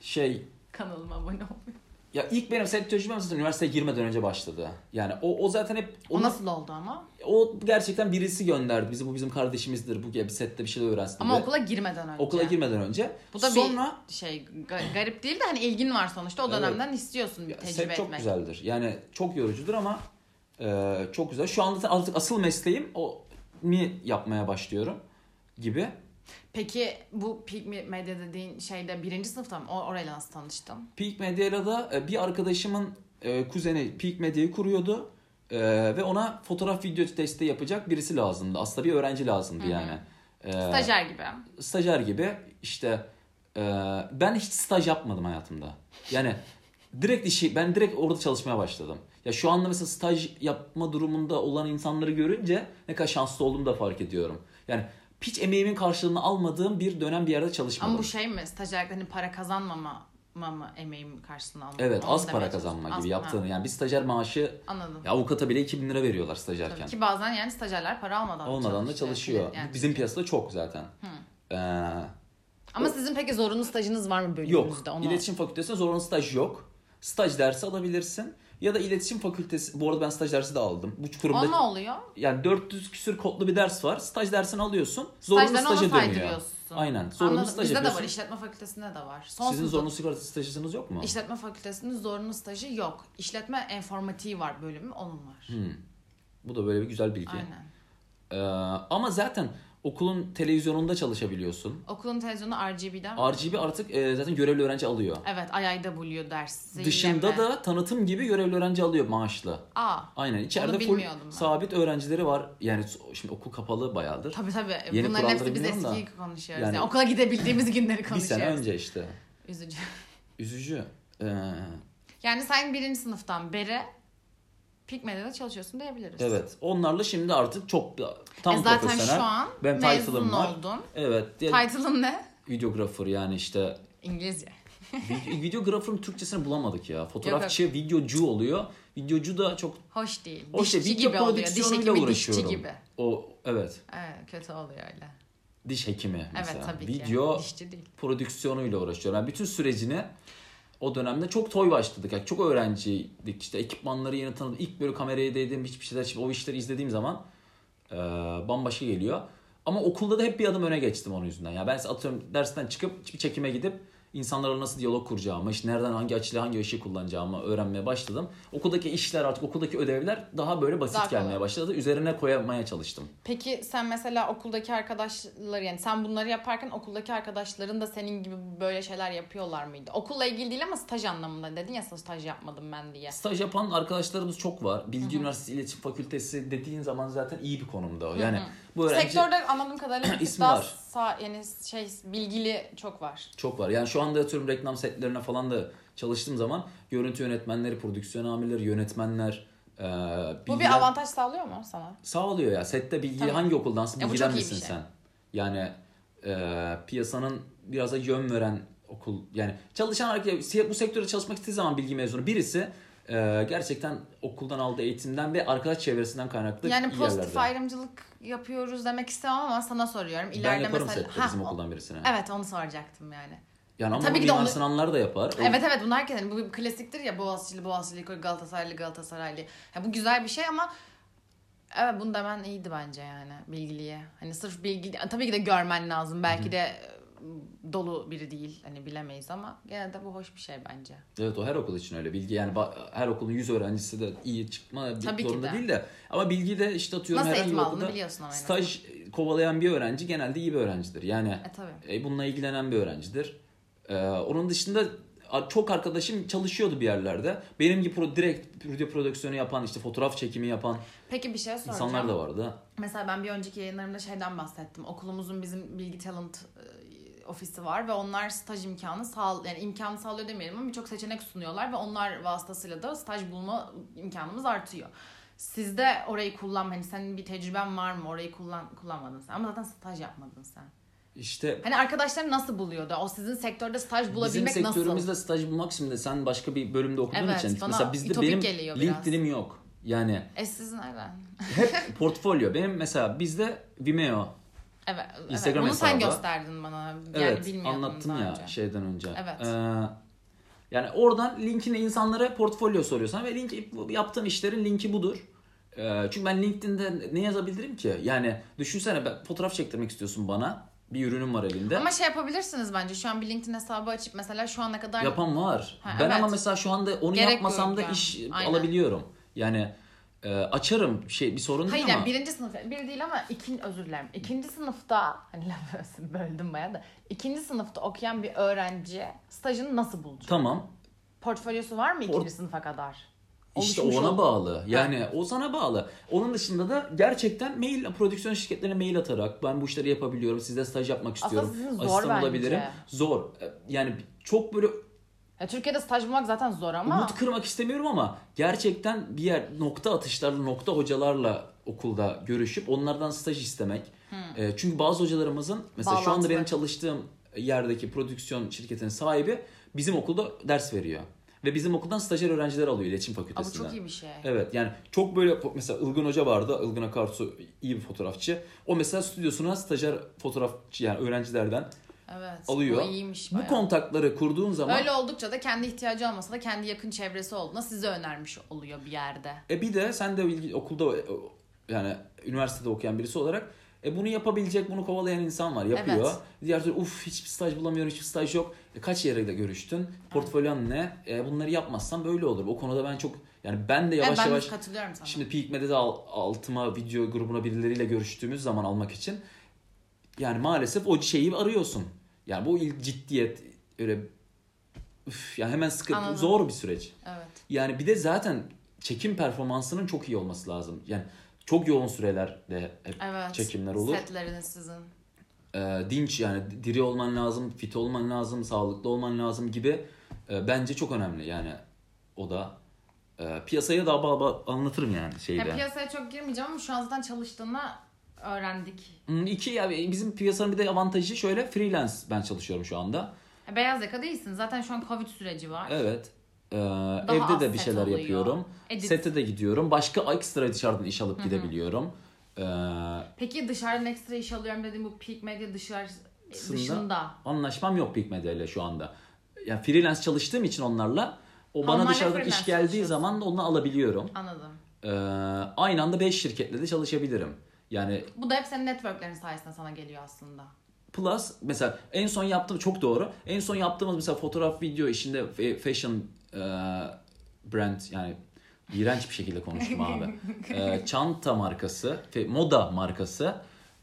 B: Şey
A: Kanalıma abone olmayı.
B: Ya ilk benim semt tecrübem zaten üniversiteye girmeden önce başladı. Yani o, o zaten hep
A: O
B: onu,
A: nasıl oldu ama?
B: o gerçekten birisi gönderdi. Bizi bu bizim kardeşimizdir. Bu ya bir sette bir şeyler öğrensin.
A: Ama
B: diye.
A: okula girmeden önce.
B: okula girmeden önce.
A: Bu da
B: Sonra
A: bir şey ga- garip değil de hani ilgin var sonuçta o
B: Evet.
A: dönemden istiyorsun bir
B: ya,
A: tecrübe
B: set
A: etmek.
B: çok güzeldir. Yani çok yorucudur ama e, çok güzel. Şu anda zaten artık asıl mesleğim o mi yapmaya başlıyorum gibi.
A: Peki bu Pigme Medya dediğin şeyde birinci sınıfta mı? O, orayla nasıl tanıştın?
B: Peak Medya'yla da e, bir arkadaşımın e, kuzeni Peak Medya'yı kuruyordu. E, ve ona fotoğraf video desteği yapacak birisi lazımdı. Aslında bir öğrenci lazımdı
A: Hı hı.
B: yani. E,
A: Stajyer gibi.
B: stajyer gibi işte e, ben hiç staj yapmadım hayatımda. Yani direkt işi ben direkt orada çalışmaya başladım. Ya şu anda mesela staj yapma durumunda olan insanları görünce ne kadar şanslı olduğumu da fark ediyorum. Yani hiç emeğimin karşılığını almadığım bir dönem bir yerde çalışmadım.
A: Ama bu şey mi? Stajyerlikte hani para kazanmama mama mı emeğim karşılığını almak?
B: Evet
A: mı? Onu
B: az
A: demeye
B: para
A: çalışıyorsun.
B: kazanma
A: Az-
B: gibi yaptığını.
A: ha,
B: Yani bir stajyer maaşı
A: Anladım.
B: ya avukata bile 2000 lira veriyorlar
A: Tabii
B: stajyerken.
A: Ki bazen yani stajyerler para almadan da
B: Olmadan da çalışıyor.
A: Yani- şey.
B: Bizim piyasada çok zaten. Ee,
A: Ama sizin peki zorunlu stajınız var mı
B: Yok.
A: bölümünüzde? Onu...
B: İletişim fakültesinde zorunlu staj yok. Staj dersi alabilirsin. Ya da iletişim fakültesi... Bu arada ben staj dersi de aldım. Bu kurumda...
A: O ne oluyor?
B: Yani 400 küsür kodlu bir ders var. Staj dersini alıyorsun. Zorunlu
A: Stajdan ona
B: staja dönüyor.
A: saydırıyorsun.
B: Aynen. Zorunlu
A: Anladım.
B: staj
A: Bizde
B: yapıyorsun.
A: de var. işletme fakültesinde de var. Son
B: Sizin
A: sınıfta-
B: zorunlu sigorta stajınız yok mu?
A: İşletme fakültesinin zorunlu stajı yok. İşletme enformatiği var bölümü onun var.
B: Bu da böyle bir güzel bilgi.
A: Aynen.
B: Ee, ama zaten okulun televizyonunda çalışabiliyorsun.
A: Okulun televizyonu RGB'den.
B: RGB artık e, zaten görevli öğrenci alıyor.
A: evet IIW dersi.
B: Dışında
A: yeme.
B: da tanıtım gibi görevli öğrenci alıyor maaşlı.
A: Aa.
B: Aynen içeride full
A: bilmiyordum ben.
B: sabit öğrencileri var. Yani so- şimdi okul kapalı bayağıdır.
A: Tabii tabii.
B: Yeni
A: Bunların hepsi
B: kuralları
A: biz
B: bilmiyorum da.
A: eski konuşuyoruz.
B: Yani-
A: Yani okula gidebildiğimiz günleri
B: bir sene
A: konuşuyoruz.
B: önce işte.
A: Üzücü.
B: Üzücü. Ee,
A: Yani sen birinci sınıftan beri Pigmedya'da çalışıyorsun diyebiliriz.
B: evet. Onlarla şimdi artık çok da- tam
A: E zaten
B: profesyonel.
A: şu an
B: Benim
A: mezun
B: title'ım var. E-
A: oldun.
B: Evet. Diye
A: Title'ın ne?
B: videographer yani işte
A: İngilizce.
B: Vid- videographer'ın Türkçesini bulamadık ya. Fotoğrafçı
A: Yok,
B: videocu oluyor. Videocu da çok
A: Hoş değil.
B: o işte
A: Dişçi
B: video
A: gibi oluyor. Diş
B: prodüksiyonuyla
A: hekimi dişçi
B: uğraşıyorum.
A: gibi.
B: O evet.
A: Evet, kötü oluyor öyle.
B: Diş hekimi mesela.
A: Evet tabii ki.
B: video
A: Dişçi değil.
B: prodüksiyonuyla uğraşıyorum. Yani bütün sürecini o dönemde çok toy başladık. Yani çok öğrenciydik. İşte ekipmanları yeni tanıdım. İlk böyle kameraya değdiğim hiçbir şeyler. Şimdi o işleri izlediğim zaman eee, bambaşka geliyor. Ama okulda da hep bir adım öne geçtim onun yüzünden. Ya ben atıyorum dersten çıkıp bir çekime gidip insanlarla nasıl diyalog kuracağımı, işte nereden hangi açıyla hangi ışığı kullanacağımı öğrenmeye başladım. Okuldaki işler artık okuldaki ödevler daha böyle basit
A: Daha kolay.
B: gelmeye başladı. Üzerine koyamaya çalıştım.
A: Peki sen mesela okuldaki arkadaşları yani sen bunları yaparken okuldaki arkadaşların da senin gibi böyle şeyler yapıyorlar mıydı? Okulla ilgili değil ama staj anlamında dedin ya staj yapmadım ben diye.
B: Staj yapan arkadaşlarımız çok var. Bilgi Üniversitesi İletişim Fakültesi dediğin zaman zaten iyi bir konumda. o. Yani bu öğrenci
A: Sektörde anladığım kadarıyla bir tık
B: İsmi
A: daha
B: var.
A: sağ, yani şey bilgili çok var.
B: çok var. Yani şu anda atıyorum reklam setlerine falan da çalıştığım zaman görüntü yönetmenleri, prodüksiyon amirleri, yönetmenler e,
A: Bu bir
B: bilgiler-
A: avantaj sağlıyor mu sana?
B: sağlıyor ya. Sette bilgiyi
A: Tabii.
B: hangi okuldansın
A: Ya bu
B: bilgiler
A: çok iyi bir
B: misin
A: şey.
B: sen? Yani e, piyasanın biraz da yön veren okul yani çalışan arkadaş bu sektörde çalışmak istediği zaman bilgi mezunu birisi e, gerçekten okuldan aldığı eğitimden ve arkadaş çevresinden kaynaklı
A: Yani
B: iyi
A: pozitif
B: yerlerde.
A: ayrımcılık yapıyoruz demek istemem ama sana soruyorum.
B: Ben
A: İleride
B: yaparım
A: mesela
B: sette
A: Ha,
B: bizim
A: o-
B: okuldan birisine.
A: Evet onu soracaktım yani.
B: Yani ama
A: Tabii
B: Tabii
A: ki de
B: Mimar
A: onu-
B: Sinanlar da yapar. O-
A: Evet evet bunu herkes hani bu bir klasiktir ya Boğaziçi'li Boğaziçi'li Galatasaraylı Galatasaraylı. Ya bu güzel bir şey ama evet bunu demen iyiydi bence yani bilgiliye. Hani sırf bilgi tabii ki de görmen lazım. Belki de e, dolu biri değil. Hani bilemeyiz ama gene de bu hoş bir şey bence.
B: Evet o her okul için öyle bilgi. Yani ba- her okulun 100 öğrencisi de iyi çıkma bir
A: Tabii ki
B: zorunda
A: de.
B: değil de. Ama bilgi de işte atıyorum
A: Nasıl
B: herhangi
A: eğitim
B: bir
A: aldığını
B: okulda
A: biliyorsun ama. en azından.
B: staj kovalayan bir öğrenci genelde iyi bir öğrencidir. Yani
A: E tabii.
B: e, bununla ilgilenen bir öğrencidir. Ee, onun dışında a- çok arkadaşım çalışıyordu bir yerlerde. Benim gibi pro- direkt video prodüksiyonu yapan, işte fotoğraf çekimi yapan
A: Peki bir şey soracağım.
B: insanlar da vardı.
A: Mesela ben bir önceki yayınlarımda şeyden bahsettim. Okulumuzun bizim bilgi talent e, ofisi var ve onlar staj imkanı sağ yani imkanı sağlıyor demeyelim ama birçok seçenek sunuyorlar ve onlar vasıtasıyla da staj bulma imkanımız artıyor. Sizde orayı kullan hani senin bir tecrüben var mı orayı kullan kullanmadın sen ama zaten staj yapmadın sen.
B: İşte
A: Hani arkadaşlar nasıl buluyordu? O sizin sektörde staj bulabilmek
B: Bizim
A: nasıl?
B: sektörümüzde staj bulmak şimdi sen başka bir bölümde okuduğun
A: Evet,
B: için.
A: bana
B: Mesela bizde
A: ütopik
B: benim
A: geliyor biraz.
B: LinkedIn'im yok. Yani
A: E siz nereden?
B: hep portfolyo. Benim mesela bizde Vimeo.
A: Evet, evet.
B: Instagram
A: Onu sen
B: hesabı.
A: gösterdim bana. Yani
B: Evet
A: bilmiyordum
B: anlattım
A: daha
B: ya
A: önce.
B: şeyden önce.
A: Evet.
B: Ee, Yani oradan linkini insanlara portfolyo soruyorsan ve link yaptığın işlerin linki budur. Ee, çünkü ben LinkedIn'de ne yazabilirim ki? Yani düşünsene ben fotoğraf çektirmek istiyorsun bana. Bir ürünüm var elinde.
A: Ama şey yapabilirsiniz bence. Şu an bir LinkedIn hesabı açıp mesela şu ana kadar
B: Yapan var.
A: Hani Ha,
B: ben
A: evet.
B: ama mesela şu anda onu
A: Gerek
B: yapmasam
A: yok
B: da
A: yani.
B: iş
A: Aynen.
B: alabiliyorum. Yani e, açarım şey bir sorun
A: Hayır
B: değil
A: yani
B: ama.
A: birinci sınıf, biri değil ama ikinci, özür dilerim. İkinci sınıfta, hani lafı arası böldüm bayağı da. İkinci sınıfta okuyan bir öğrenci stajını nasıl bulacak?
B: Tamam.
A: Portfolyosu var mı
B: Port-
A: ikinci sınıfa kadar?
B: İşte
A: Oluşmuş
B: ona
A: ol-
B: bağlı. Yani o sana bağlı. Onun dışında da gerçekten mail prodüksiyon şirketlerine mail atarak ben bu işleri yapabiliyorum. Sizde staj yapmak
A: Aslında
B: istiyorum.
A: sizin zor
B: Asistan
A: bence.
B: olabilirim. Zor. E, Yani çok böyle
A: Ya Türkiye'de staj bulmak zaten zor ama.
B: umut kırmak istemiyorum ama gerçekten bir yer nokta atışlarla, nokta hocalarla okulda görüşüp onlardan staj istemek.
A: Hmm.
B: E, çünkü bazı hocalarımızın mesela şu anda
A: Bağlantılı.
B: benim çalıştığım yerdeki prodüksiyon şirketinin sahibi bizim okulda ders veriyor. Ve bizim okuldan stajyer öğrenciler alıyor iletişim
A: Aa, bu
B: fakültesinden.
A: çok iyi bir şey.
B: Evet yani çok böyle mesela Ilgın Hoca vardı. Ilgın Akarsu iyi bir fotoğrafçı. O mesela stüdyosuna stajyer fotoğrafçı yani öğrencilerden
A: Evet.
B: alıyor.
A: Bu iyiymiş
B: Bu
A: bayağı.
B: kontakları kurduğun zaman
A: Öyle oldukça da kendi ihtiyacı olmasa da kendi yakın çevresi olduğuna size önermiş oluyor bir yerde.
B: e bir de sen de ilgi- okulda e, yani üniversitede okuyan birisi olarak e bunu yapabilecek, bunu kovalayan insan var. Yapıyor.
A: Evet.
B: Diğer türlü uf hiçbir staj bulamıyorum, hiçbir staj yok. E, kaç yere de görüştün? Portfolyon ne? E, bunları yapmazsan böyle olur. O konuda ben çok yani ben de yavaş
A: Evet, ben
B: yavaş
A: katılıyorum sana.
B: Şimdi Peak Med'de de al- altıma video grubuna birileriyle görüştüğümüz zaman almak için yani maalesef o şeyi arıyorsun. Yani bu il- ciddiyet öyle üf, yani hemen sıkıntı
A: Anladım.
B: zor bir süreç.
A: Evet.
B: Yani bir de zaten çekim performansının çok iyi olması lazım. Yani çok yoğun sürelerde hep
A: Evet.
B: çekimler olur.
A: Setleriniz sizin.
B: Ee, dinç yani diri olman lazım, fit olman lazım, sağlıklı olman lazım gibi e, bence çok önemli. Yani o da e, piyasaya daha ba- ba- anlatırım yani şeyde.
A: Ya piyasaya çok girmeyeceğim ama şu an zaten çalıştığını öğrendik.
B: Hmm, İki ya bizim piyasanın bir de avantajı şöyle freelance ben çalışıyorum şu anda.
A: Ya Beyaz yaka değilsin. Zaten şu an Covid süreci var.
B: Evet. Ee, evde
A: az
B: de bir
A: set
B: şeyler
A: oluyor.
B: yapıyorum.
A: Edit.
B: Sete de gidiyorum. Başka ekstra dışarıdan iş alıp gidebiliyorum. Ee,
A: Peki dışarıdan ekstra iş alıyorum dediğim bu peak medya dışarı
B: Dışında.
A: dışında.
B: anlaşmam yok Big Media ile şu anda. Yani freelance çalıştığım için onlarla o bana
A: Onlarla
B: dışarıdan iş
A: freelance
B: geldiği
A: çalışıyorsun.
B: zaman da onu alabiliyorum.
A: Anladım.
B: Ee, aynı anda 5 şirketle de çalışabilirim. Yani
A: Bu da hep senin networklerin sayesinde sana geliyor aslında.
B: Plus mesela en son yaptığım çok doğru. En son yaptığımız mesela fotoğraf video işinde fa- fashion e, brand yani iğrenç bir şekilde konuştum abi. E, çanta markası, fe- moda markası.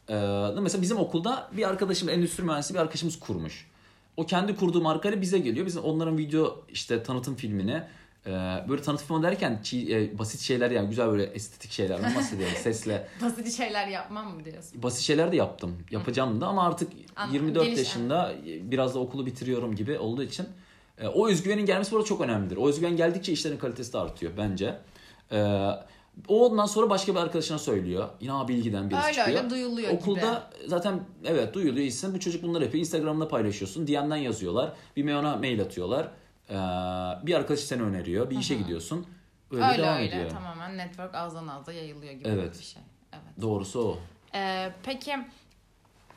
B: E, mesela bizim okulda bir arkadaşım endüstri mühendisi bir arkadaşımız kurmuş. O kendi kurduğu markayla bize geliyor. Biz onların video işte tanıtım filmini e, böyle tanıtım filmi derken çi- e, basit şeyler yani güzel böyle estetik şeylerden bahsediyorum sesle
A: Basit şeyler yapmam mı diyorsun?
B: basit şeyler de yaptım. Yapacağım da ama artık
A: Anladım.
B: 24
A: Geniş,
B: yaşında biraz da okulu bitiriyorum gibi olduğu için e, o özgüvenin gelmesi burada çok önemlidir. O özgüven geldikçe işlerin kalitesi de artıyor bence. E, o ondan sonra başka bir arkadaşına söylüyor. Yine abi bilgiden birisi
A: Öyle
B: çıkıyor.
A: öyle duyuluyor gibi.
B: Okulda zaten evet duyuluyor isim. Bu çocuk bunları yapıyor. Instagram'da paylaşıyorsun. DM'den yazıyorlar. Vimeo'na mail atıyorlar. E, bir arkadaşı seni öneriyor. Bir işe gidiyorsun. Öyle,
A: Öyle
B: devam
A: öyle
B: ediyor.
A: tamamen network ağızdan ağza yayılıyor gibi
B: Evet.
A: bir şey. Evet.
B: Doğrusu o.
A: Ee, peki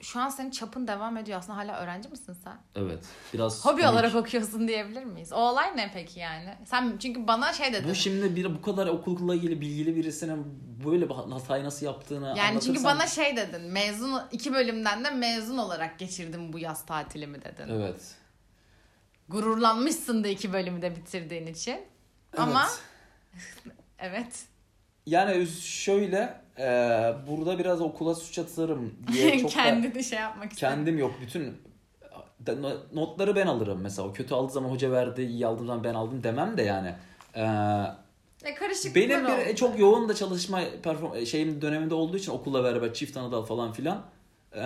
A: şu an senin çapın devam ediyor aslında hala öğrenci misin sen?
B: Evet. Biraz
A: Hobi
B: komik.
A: olarak okuyorsun diyebilir miyiz? O olay ne peki yani? Sen çünkü bana şey dedin.
B: Bu şimdi bir bu kadar okulla ilgili bilgili birisinin böyle bir hatayı nasıl yaptığını
A: yani çünkü
B: anlatırsan-
A: bana şey dedin. Mezun iki bölümden de mezun olarak geçirdim bu yaz tatilimi dedin.
B: Evet.
A: Gururlanmışsın da iki bölümü de bitirdiğin için. Ama
B: Evet.
A: evet.
B: yani şöyle e, burada biraz okula suç atarım diye çok da
A: Kendini şey yapmak istedim.
B: kendim yok bütün da- no- notları ben alırım mesela O kötü aldığı zaman hoca verdi iyi aldığım zaman ben aldım demem de yani E,
A: E, karışıklıklar
B: benim bir
A: oldu.
B: çok yoğun da çalışma perform e, şeyim döneminde olduğu için okulla beraber çift anadal falan filan e,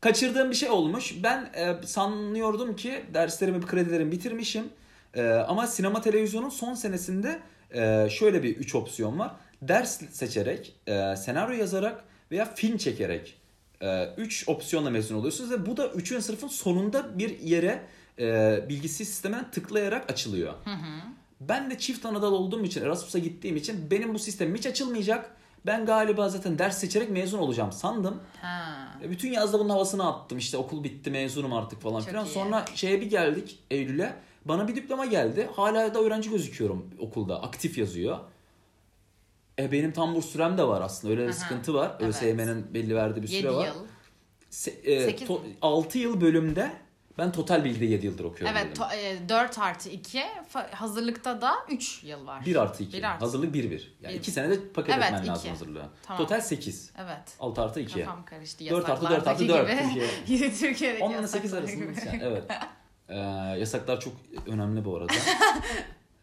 B: kaçırdığım bir şey olmuş. Ben e, sanıyordum ki derslerimi, kredilerimi bitirmişim. E, ama sinema televizyonun son senesinde e, şöyle bir üç opsiyon var. Ders seçerek, e, senaryo yazarak veya film çekerek 3 opsiyonla mezun oluyorsunuz ve bu da 3. sınıfın sonunda bir yere e, bilgisiz sisteme tıklayarak açılıyor. Ben de çift anadal olduğum için Erasmus'a gittiğim için benim bu sistemim hiç açılmayacak. Ben galiba zaten ders seçerek mezun olacağım sandım.
A: Ha.
B: E, Bütün yazda bunun havasını attım işte okul bitti mezunum artık falan
A: Çok
B: filan.
A: iyi.
B: Sonra şeye bir geldik Eylül'e. Bana bir diploma geldi. Hala da öğrenci gözüküyorum okulda. Aktif yazıyor. E benim tam burs sürem de var aslında. Öyle bir
A: Aha,
B: sıkıntı var.
A: evet.
B: ÖSYM'nin belli verdiği bir
A: 7
B: süre var.
A: yıl.
B: Se- e,
A: Sekiz
B: to-
A: mi?
B: altı yıl bölümde ben total bilgide 7 yıldır okuyorum.
A: Evet
B: dedim.
A: to- e, 4 artı 2 hazırlıkta da 3 yıl var.
B: 1 artı 2.
A: Bir artı-
B: Hazırlık 1 1. Yani
A: Bir-
B: 2 senede paket
A: Evet,
B: etmen lazım
A: iki.
B: hazırlığı.
A: Tamam.
B: Total 8.
A: Evet.
B: 6 artı 2.
A: Kafam karıştı.
B: 4 artı 4 artı 4.
A: Gibi. Türkiye'deki
B: 10 ile 8
A: yasaklar
B: arasında
A: gibi.
B: yani, evet. Ee, yasaklar çok önemli bu arada.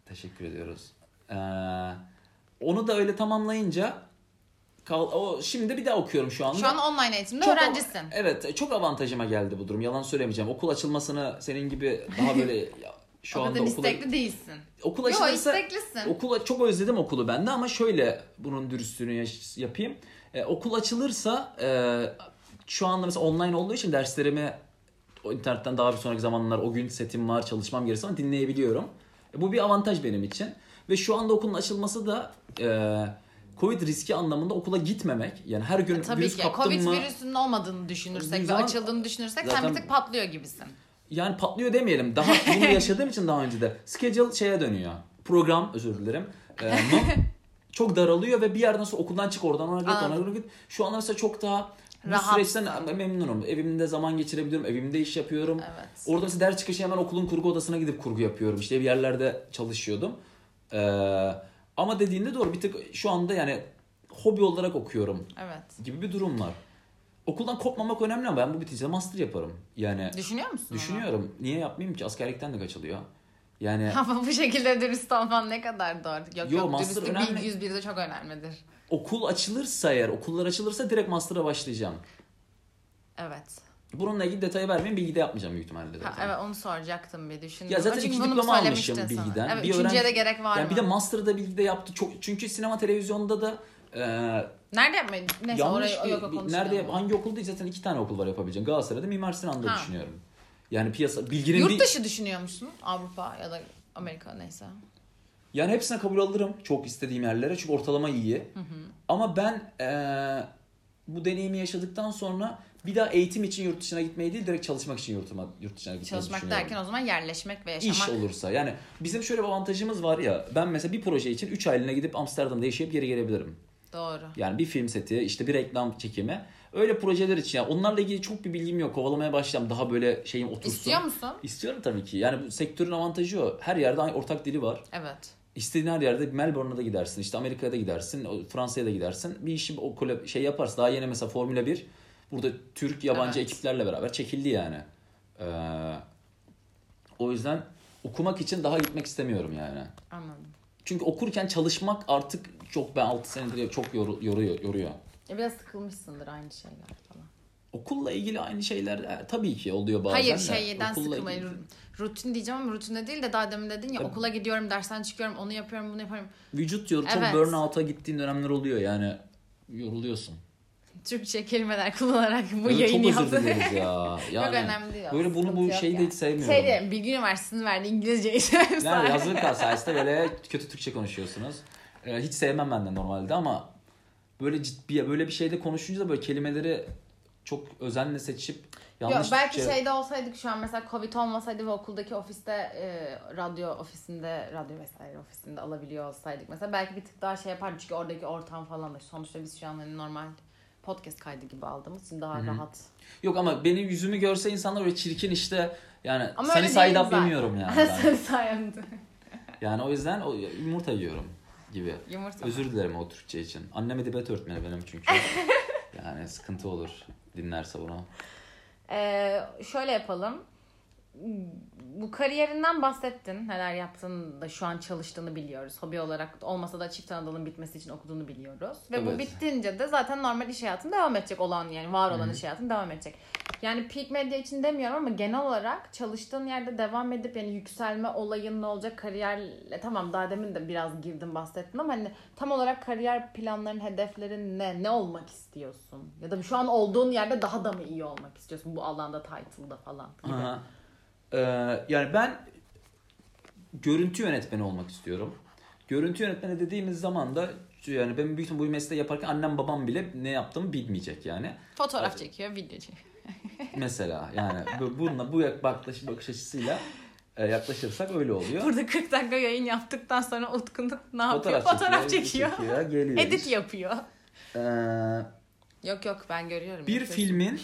B: Teşekkür ediyoruz. Ee, onu da öyle tamamlayınca kal- o şimdi bir daha okuyorum şu anda.
A: Şu an online eğitimde
B: Çok- e,
A: öğrencisin.
B: Evet, çok avantajıma geldi bu durum. Yalan söylemeyeceğim. Okul açılmasını senin gibi daha böyle ya, şu
A: o
B: anda
A: kadar
B: okula
A: istekli değilsin.
B: okul
A: Yo
B: açılırsa
A: isteklisin.
B: okula çok özledim okulu ben de ama şöyle bunun dürüstlüğünü yaş- yapayım. Ee, okul açılırsa e, şu anda mesela online olduğu için derslerimi o internetten daha bir sonraki zamanlar o gün setim var çalışmam gerisi ama dinleyebiliyorum. E, bu bir avantaj benim için. Ve şu anda okulun açılması da e, Covid riski anlamında okula gitmemek. Yani her gün
A: E, Tabii
B: virüs
A: ki.
B: kaptım
A: Covid
B: mı
A: virüsünün olmadığını düşünürsek
B: Zaman-
A: ve açıldığını düşünürsek sen
B: Zaten-
A: bir tık patlıyor gibisin.
B: yani patlıyor demeyelim. Daha bunu yaşadığım için daha önce de schedule şeye dönüyor. Program özür dilerim. Ee, mı- çok daralıyor ve bir yerden sonra okuldan çık oradan ona git ona
A: Anladım.
B: git. Şu an mesela çok daha bu
A: Rahatsın.
B: süreçten memnunum. Evimde zaman geçirebiliyorum. Evimde iş yapıyorum.
A: Evet.
B: Orada mesela ders çıkışı hemen okulun kurgu odasına gidip kurgu yapıyorum. İşte bir yerlerde çalışıyordum. Ee, ama dediğinde doğru bir tık şu anda yani hobi olarak okuyorum
A: Evet.
B: gibi bir durum var. Okuldan kopmamak önemli ama ben bu bitince master yaparım. Yani
A: Düşünüyor musun? onu?
B: Düşünüyorum. Niye yapmayayım ki? Askerlikten de kaçılıyor. Yani
A: Ama bu şekilde dürüst olman ne kadar doğru. Yok
B: Yo,
A: yok
B: master
A: dürüstlük
B: önemli.
A: bilgi 101'de çok önemlidir.
B: okul açılırsa eğer, okullar açılırsa direkt master'a başlayacağım.
A: Evet.
B: Bununla ilgili detayı vermeyeyim, bilgide yapmayacağım büyük ihtimalle
A: Ha,
B: zaten.
A: evet onu soracaktım bir düşündüm.
B: Ya zaten
A: Çünkü
B: iki
A: bunu
B: diploma
A: söylemiştin
B: almışım
A: sana.
B: bilgiden.
A: Evet,
B: Bir
A: üçüncüye
B: öğrenci-
A: de gerek var
B: Yani
A: mı?
B: bir de master'ı da bilgide yaptı. Çok, çünkü sinema televizyonda da e,
A: Nerede yapmayı? Neyse
B: yanlış
A: oraya
B: bir-
A: yok,
B: bir-
A: yok, konuşmayalım.
B: nerede hangi okul değil zaten iki tane okul var yapabileceğin. Galatasaray'da Mimar Sinan'da
A: Ha.
B: düşünüyorum. Yani piyasa bilginin bir-
A: Yurt dışı düşünüyor musun? Avrupa ya da Amerika neyse.
B: Yani hepsine kabul alırım çok istediğim yerlere çünkü ortalama iyi. Ama ben eee, bu deneyimi yaşadıktan sonra bir daha eğitim için yurt dışına gitmeyi değil direkt çalışmak için yurtuma, yurt dışına gitmeyi
A: Çalışmak
B: düşünüyorum.
A: derken o zaman yerleşmek ve
B: İş
A: yaşamak.
B: olursa yani bizim şöyle bir avantajımız var ya ben mesela bir proje için 3 aylığına gidip Amsterdam'da yaşayıp geri gelebilirim.
A: Doğru.
B: Yani bir film seti işte bir reklam çekimi öyle projeler için yani onlarla ilgili çok bir bilgim yok kovalamaya başlayacağım daha böyle şeyim otursun.
A: İstiyor musun?
B: İstiyorum tabii ki yani bu sektörün avantajı o her yerde aynı ortak dili var.
A: Evet.
B: İstediğin her yerde Melbourne'a da gidersin, işte Amerika'ya da gidersin, o- Fransa'ya da gidersin. Bir işi o kolab- şey yaparsın. Daha yeni mesela Formula 1 burada Türk yabancı
A: Evet.
B: ekiplerle beraber çekildi yani. Ee, o yüzden okumak için daha gitmek istemiyorum yani.
A: Anladım.
B: Çünkü okurken çalışmak artık çok ben 6 senedir çok yoru- yoruyor yoruyor.
A: Ya E, biraz sıkılmışsındır aynı şeyler falan.
B: Okulla ilgili aynı şeyler e, tabii ki oluyor bazen.
A: Hayır şey,
B: de.
A: şeyden
B: Okulla
A: sıkılmayı.
B: ilgili- şey.
A: ru- Rutin diyeceğim ama rutinde değil de daha demin dedin ya
B: Tabii.
A: okula gidiyorum, dersten çıkıyorum, onu yapıyorum, bunu yaparım.
B: Vücut yor çok
A: Evet.
B: burnout'a gittiğin dönemler oluyor yani yoruluyorsun.
A: Türkçe kelimeler kullanarak bu
B: Evet,
A: yayını
B: Çok özür
A: yaptım.
B: dileriz ya. Yani,
A: önemli değil aslında,
B: Böyle bunu bu
A: sıkıntı
B: şeyi
A: yok
B: de
A: yani.
B: hiç sevmiyorum.
A: Şey diyeyim, Bilgi Üniversitesi'nin verdiği İngilizce eğitim.
B: yani yazılı kal sayesinde böyle kötü Türkçe konuşuyorsunuz. Ee, hiç sevmem ben de normalde ama böyle ciddi böyle bir şeyde konuşunca da böyle kelimeleri çok özenle seçip
A: Yo,
B: yanlış
A: belki şey-
B: Türkçe-
A: şeyde olsaydık şu an mesela Covid olmasaydı ve okuldaki ofiste e, radyo ofisinde radyo vesaire ofisinde alabiliyor olsaydık mesela belki bir tık daha şey yapardık çünkü oradaki ortam falan da sonuçta biz şu an hani normal podcast kaydı gibi aldığımız için daha rahat.
B: Yok ama benim yüzümü görse insanlar böyle çirkin işte yani
A: Ama
B: seni
A: öyle
B: side
A: değilim
B: up
A: zaten.
B: yemiyorum yani. ben.
A: Sen sayemde.
B: yani o yüzden o yumurta yiyorum gibi.
A: Yumurta.
B: Özür dilerim o Türkçe için. Annem edebiyat öğretmeni benim çünkü. yani sıkıntı olur dinlerse bunu.
A: Ee, şöyle yapalım. Bu kariyerinden bahsettin. Neler yaptığını da şu an çalıştığını biliyoruz. Hobi olarak olmasa da çift Anadolu'nun bitmesi için okuduğunu biliyoruz. Ve bu
B: Evet.
A: bittiğince de zaten normal iş hayatın devam edecek olan yani var olan iş hayatın devam edecek. Yani peak medya için demiyorum ama genel olarak çalıştığın yerde devam edip yani yükselme olayın ne olacak kariyerle tamam daha demin de biraz girdim bahsettin ama hani tam olarak kariyer planların hedeflerin ne ne olmak istiyorsun ya da şu an olduğun yerde daha da mı iyi olmak istiyorsun bu alanda title'da falan gibi.
B: Aha. Ee, yani ben görüntü yönetmeni olmak istiyorum. Görüntü yönetmeni dediğimiz zaman da yani ben büyük ihtimalle bu mesleği yaparken annem babam bile ne yaptığımı bilmeyecek yani.
A: Fotoğraf çekiyor, video çekiyor.
B: Mesela yani bu- bununla bu yak- baklaş- bakış açısıyla e, yaklaşırsak öyle oluyor.
A: Burada 40 dakika yayın yaptıktan sonra Utku ne yapıyor? Fotoğraf,
B: Fotoğraf,
A: çekiyor.
B: geliyor.
A: Edit yapıyor.
B: Ee,
A: Yok yok ben görüyorum.
B: bir
A: yapıyor.
B: filmin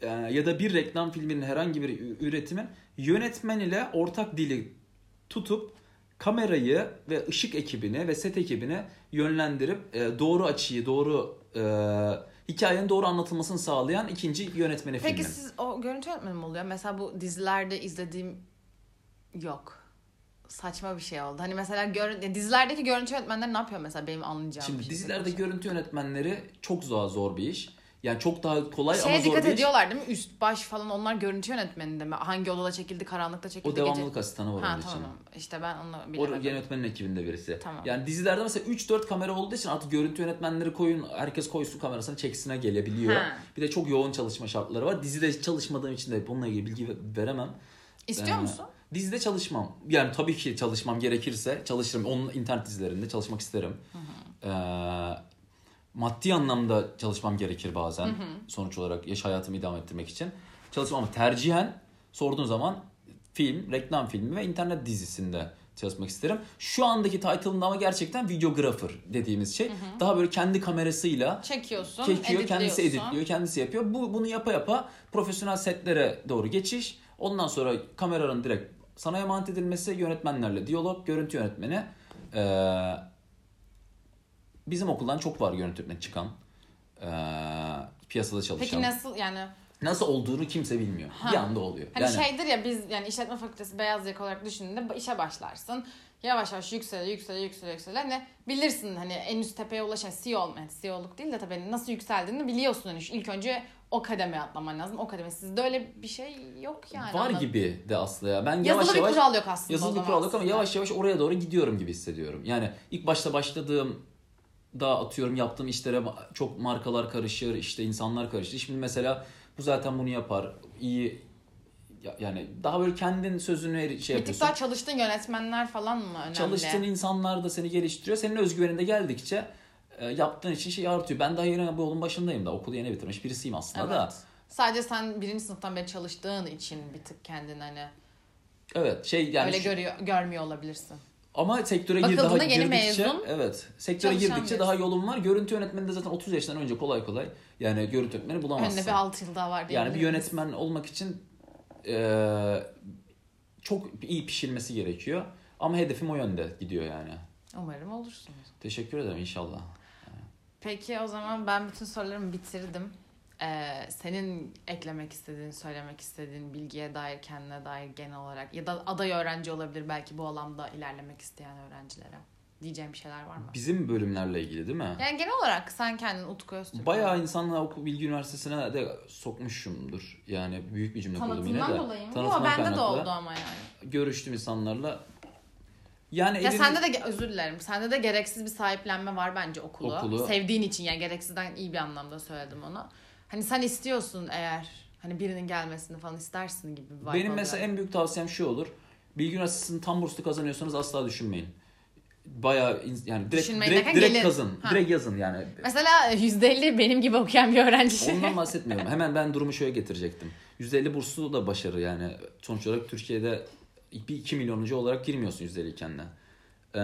B: e, ya da bir reklam filminin herhangi bir ü- üretimin yönetmen ile ortak dili tutup kamerayı ve ışık ekibini ve set ekibini yönlendirip e, doğru açıyı, doğru e, hikayenin doğru anlatılmasını sağlayan ikinci yönetmeni
A: Peki
B: filmin.
A: siz o görüntü yönetmeni mi oluyor? Mesela bu dizilerde izlediğim yok. Saçma bir şey oldu. Hani mesela gör... ya dizilerdeki görüntü yönetmenleri ne yapıyor mesela benim anlayacağım bir
B: Şimdi
A: şey.
B: dizilerde görüntü yönetmenleri çok zor zor bir iş. Yani çok daha kolay
A: Şeye
B: ama zor
A: dikkat
B: bir iş.
A: ediyorlar değil mi? Üst baş falan onlar görüntü yönetmeninde mi? Hangi odada çekildi, karanlıkta çekildi,
B: O devamlılık asistanı var
A: Ha
B: onun için.
A: tamam. İşte ben onu
B: O
A: bilemedim.
B: yönetmenin ekibinde birisi.
A: Tamam.
B: Yani dizilerde mesela 3-4 kamera olduğu için artık görüntü yönetmenleri koyun, herkes koysun kamerasını çeksine gelebiliyor.
A: Ha.
B: Bir de çok yoğun çalışma şartları var. Dizide çalışmadığım için de bununla ilgili bilgi veremem.
A: İstiyor
B: Ee,
A: musun?
B: Dizide çalışmam. Yani tabii ki çalışmam gerekirse çalışırım. Onun internet dizilerinde çalışmak isterim. Ee, maddi anlamda çalışmam gerekir bazen. Sonuç olarak yaş hayatımı idame ettirmek için. Çalışmam ama tercihen sorduğun zaman film, reklam filmi ve internet dizisinde çalışmak isterim. Şu andaki title'ımda ama gerçekten videographer dediğimiz şey. Daha böyle kendi kamerasıyla
A: Çekiyorsun,
B: çekiyor, kendisi
A: editliyorsun.
B: editliyor, kendisi yapıyor. Bu bunu yapa yapa profesyonel setlere doğru geçiş. Ondan sonra kameranın direkt sana emanet edilmesi, yönetmenlerle diyalog, görüntü yönetmeni. Ee, bizim okuldan çok var görüntü yönetmeni çıkan. Ee, piyasada çalışan.
A: Peki nasıl yani
B: Nasıl olduğunu kimse bilmiyor. Bir anda oluyor.
A: Hani
B: yani
A: şeydir ya biz yani işletme fakültesi beyaz yaka olarak düşündüğünde işe başlarsın. Yavaş yavaş yüksele yüksele yüksele yüksele. Hani bilirsin hani en üst tepeye ulaşan CEO olma. Yani CEO'luk değil de tabii hani nasıl yükseldiğini biliyorsun. Hani şu ilk önce o kademeye atlaman lazım. O kademe sizde öyle bir şey yok yani.
B: var
A: anladın?
B: gibi de aslında ya. Ben
A: Yazılı
B: yavaş
A: bir
B: yavaş
A: kural yok aslında. o
B: Yazılı bir
A: zaman
B: kural yok ama
A: aslında.
B: yavaş yavaş oraya doğru gidiyorum gibi hissediyorum. Yani ilk başta başladığım da atıyorum yaptığım işlere ma- çok markalar karışır, işte insanlar karışır. Şimdi mesela bu zaten bunu yapar. iyi ya- yani daha böyle kendin sözünü eri- şey
A: Bir tık
B: yapıyorsun.
A: daha çalıştığın yönetmenler falan mı önemli?
B: Çalıştığın insanlar da seni geliştiriyor. Senin özgüvenin de geldikçe e, yaptığın için şey artıyor. Ben daha yeni bu yolun başındayım da okulu yeni bitirmiş birisiyim aslında
A: Evet.
B: da.
A: Sadece sen birinci sınıftan beri çalıştığın için bir tık kendini hani
B: Evet şey yani
A: öyle
B: şu-
A: görüyor, görmüyor olabilirsin.
B: Ama sektöre gir
A: Bakıldığında
B: daha
A: yeni
B: girdikçe
A: mezun,
B: evet sektöre
A: çalışan
B: girdikçe
A: birisi.
B: daha yolun var. Görüntü yönetmeni de zaten 30 yaştan önce kolay kolay yani görüntü yönetmeni bulamazsın.
A: Önüne bir 6 yıl daha var diye.
B: yani bir yönetmen olmak için eee, çok iyi pişirmesi gerekiyor. Ama hedefim o yönde gidiyor yani.
A: Umarım olursunuz.
B: Teşekkür ederim inşallah.
A: Peki o zaman ben bütün sorularımı bitirdim. Ee, senin eklemek istediğin, söylemek istediğin bilgiye dair, kendine dair genel olarak ya da aday öğrenci olabilir belki bu alanda ilerlemek isteyen öğrencilere diyeceğim bir şeyler var mı?
B: Bizim bölümlerle ilgili değil mi?
A: Yani genel olarak sen kendin Utku Öztürk.
B: Bayağı insanla okul bilgi üniversitesine de sokmuşumdur. Yani büyük bir cümle kurdum yine de.
A: tanıtımdan dolayı mı? Yok
B: Tanıtımdan
A: bende de
B: kaynaklı.
A: oldu ama yani.
B: Görüştüm insanlarla. Yani
A: Ya
B: evin-
A: sende de ge- özür dilerim. Sende de gereksiz bir sahiplenme var bence okulu.
B: Okulu.
A: Sevdiğin için yani gereksizden iyi bir anlamda söyledim onu. Hani sen istiyorsun eğer hani birinin gelmesini falan istersin gibi bir vibe
B: Benim
A: oluyor.
B: mesela en büyük tavsiyem şu olur. Bilgi üniversitesini tam burslu kazanıyorsanız asla düşünmeyin. Bayağı in- yani direkt
A: Düşünmeyin
B: direkt,
A: derken
B: direkt
A: gelin.
B: kazın.
A: Ha.
B: Direkt yazın yani.
A: Mesela %50 benim gibi okuyan bir öğrenci.
B: Ondan bahsetmiyorum. Hemen ben durumu şöyle getirecektim. %50 burslu da başarı yani. Sonuç olarak Türkiye'de 1-2 milyonuncu olarak girmiyorsun %50 kendine. Ee,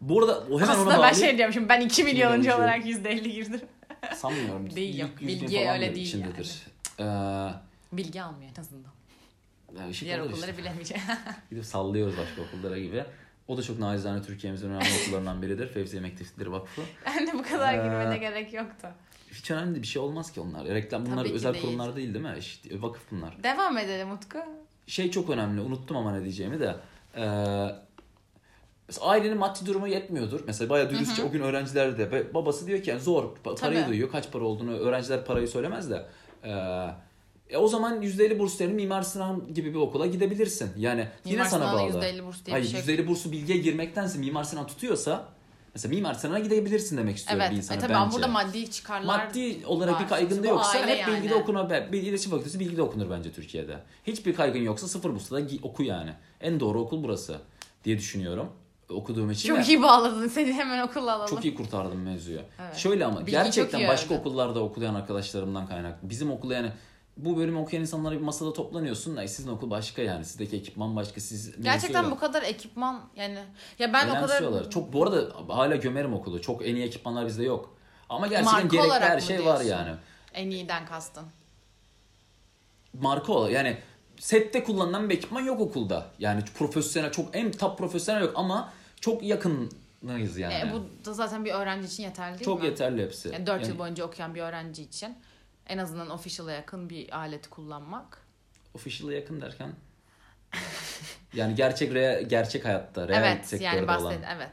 B: bu arada o hemen ona
A: Aslında ben
B: bağlayayım.
A: şey diyorum şimdi ben 2 milyonuncu
B: Milyonuncu.
A: olarak %50 girdim.
B: Sanmıyorum.
A: Değil yok.
B: Yüz- yüz bin
A: Bilgi
B: falan
A: öyle
B: da
A: değil
B: içindedir.
A: Bilgi almıyor en azından.
B: Ee, yani şık
A: Diğer
B: olur
A: okulları
B: işte.
A: bilemeyeceğim.
B: Gidip sallıyoruz başka okullara gibi. O da çok naizane Türkiye'mizin önemli okullarından biridir. Fevziye Mektefidir Vakfı.
A: ben de bu kadar
B: Ee,
A: girmene gerek yoktu.
B: Hiç önemli bir şey olmaz ki onlar. Reklam bunlar
A: Tabii ki
B: özel
A: değil.
B: kurumlar değil değil mi? İşte vakıf bunlar.
A: Devam edelim Utku.
B: Şey çok önemli. Unuttum ama ne diyeceğimi de. Ee, mesela ailenin maddi durumu yetmiyordur. Mesela bayağı dürüstçe o gün öğrenciler de ve babası diyor ki yani zor pa- parayı
A: Tabii.
B: duyuyor. Kaç para olduğunu öğrenciler parayı söylemez de. Ee, e o zaman %50 burslarını Mimar Sinan gibi bir okula gidebilirsin. Yani yine
A: Mimar
B: sana
A: Sinan'da
B: bağlı.
A: %50 burs diye bir
B: Hayır
A: şey yok.
B: %50 bursu bilgiye girmektense Mimar Sinan tutuyorsa mesela Mimar Sinan'a gidebilirsin demek istiyorum
A: Evet.
B: bir
A: E
B: insana
A: tabii ama
B: bence.
A: burada maddi çıkarlar
B: Maddi olarak bir
A: var.
B: kaygın da
A: Bu
B: yoksa
A: aile
B: hep bilgide
A: yani.
B: okuna be. Bir iletişim fakültesi bilgide okunur bence Türkiye'de. Hiçbir kaygın yoksa sıfır bursla da gi- oku yani. En doğru okul burası diye düşünüyorum. Okuduğum için de
A: Çok iyi bağladın seni hemen okulla alalım.
B: çok iyi kurtardım mevzuyu.
A: Evet.
B: Şöyle ama
A: Bilgi çok
B: gerçekten
A: iyi
B: başka
A: öğrendin.
B: okullarda okuyan arkadaşlarımdan kaynaklı. Bizim okul yani bu bölümü okuyan insanlara bir masada toplanıyorsun. Ay sizin okul başka yani. Sizdeki ekipman başka. Siz
A: Gerçekten bu
B: önemsiyorlar.
A: kadar ekipman yani. Ya ben o kadar
B: Önemsiyorlar. Çok bu arada hala gömerim okulu. Çok en iyi ekipmanlar bizde yok. Ama gerçekten
A: Marka
B: gerekli
A: olarak
B: her
A: mı
B: şey var
A: diyorsun?
B: yani.
A: en iyiden kastın.
B: marka olarak yani sette kullanılan bir ekipman yok okulda. Yani profesyonel çok en top profesyonel yok ama çok yakınız yani.
A: E, bu da zaten bir öğrenci için yeterli değil
B: çok
A: mi?
B: yeterli hepsi.
A: Yani 4
B: Yani
A: yıl boyunca okuyan bir öğrenci için en azından official'a yakın bir aleti kullanmak.
B: official'a yakın derken yani gerçek rea- gerçek hayatta real
A: evet
B: sektörde
A: yani
B: olan.
A: bahset evet.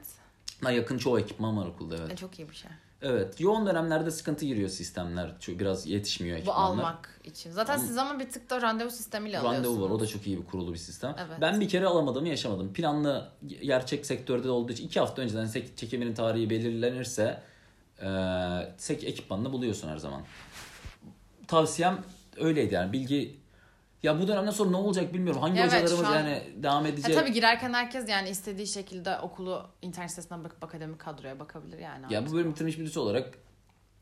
B: Ha, yakın çoğu ekipman var okulda evet.
A: E, çok iyi bir şey.
B: Evet. Yoğun dönemlerde sıkıntı giriyor sistemler. Çünkü biraz yetişmiyor
A: Bu
B: ekipmanlar.
A: almak için. Zaten siz ama bir tık da randevu sistemiyle
B: Randevu
A: şey alıyorsunuz.
B: var. O da çok iyi bir kurulu bir sistem.
A: Evet.
B: Ben bir kere alamadığımı yaşamadım. Planlı gerçek sektörde olduğu için iki hafta önceden sek- çekiminin tarihi belirlenirse e, sek ekipmanını buluyorsun her zaman. Tavsiyem öyleydi yani. Bilgi ya bu dönemden sonra ne olacak bilmiyorum. Hangi
A: Evet,
B: hocalarımız
A: şu an-
B: yani devam edecek?
A: Ha, E, tabii girerken herkes yani istediği şekilde okulu internet sitesinden bakıp akademik kadroya bakabilir yani.
B: Ya bu bölüm bitirmiş birisi olarak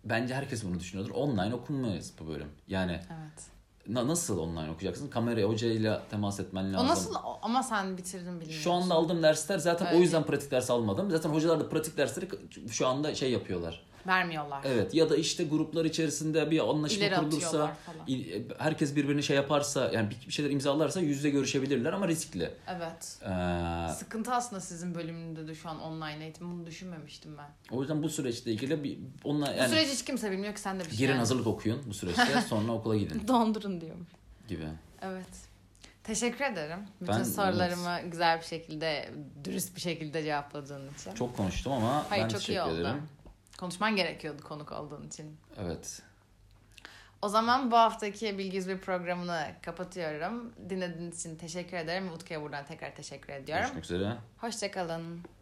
B: bence herkes bunu düşünüyordur. Online okunmayız bu bölüm. Yani
A: Evet.
B: na- nasıl online okuyacaksın? Kameraya hocayla temas etmen lazım.
A: O nasıl o- ama sen bitirdin bilmiyorum.
B: Şu anda aldığım dersler zaten
A: Öyle
B: o yüzden pratik ders almadım. Zaten hocalar da pratik dersleri şu anda şey yapıyorlar.
A: vermiyorlar.
B: Evet ya da işte gruplar içerisinde bir anlaşma
A: İleri
B: kurulursa,
A: atıyorlar falan.
B: il- herkes birbirini şey yaparsa yani bir- bir şeyler imzalarsa yüz yüze görüşebilirler ama riskli.
A: Evet.
B: Ee,
A: Sıkıntı aslında sizin bölümünde de şu an online eğitim. Bunu düşünmemiştim ben.
B: o yüzden bu süreçte ilgili bir, onunla
A: Bu
B: yani
A: süreci hiç kimse bilmiyor ki sen de bir şey.
B: girin
A: yani.
B: hazırlık okuyun bu süreçte sonra okula gidin
A: Dondurun diyorum.
B: gibi.
A: Evet. Teşekkür ederim. Bütün
B: Ben-
A: sorularımı güzel bir şekilde, dürüst bir şekilde cevapladığın için.
B: Çok konuştum ama
A: Hayır
B: ben
A: çok iyi
B: teşekkür
A: oldu.
B: ederim.
A: Konuşman gerekiyordu konuk olduğun için.
B: Evet.
A: O zaman bu haftaki Bilgi 101 programını kapatıyorum. Dinlediğiniz için teşekkür ederim. Utku'ya buradan tekrar teşekkür ediyorum.
B: Görüşmek üzere.
A: Hoşçakalın.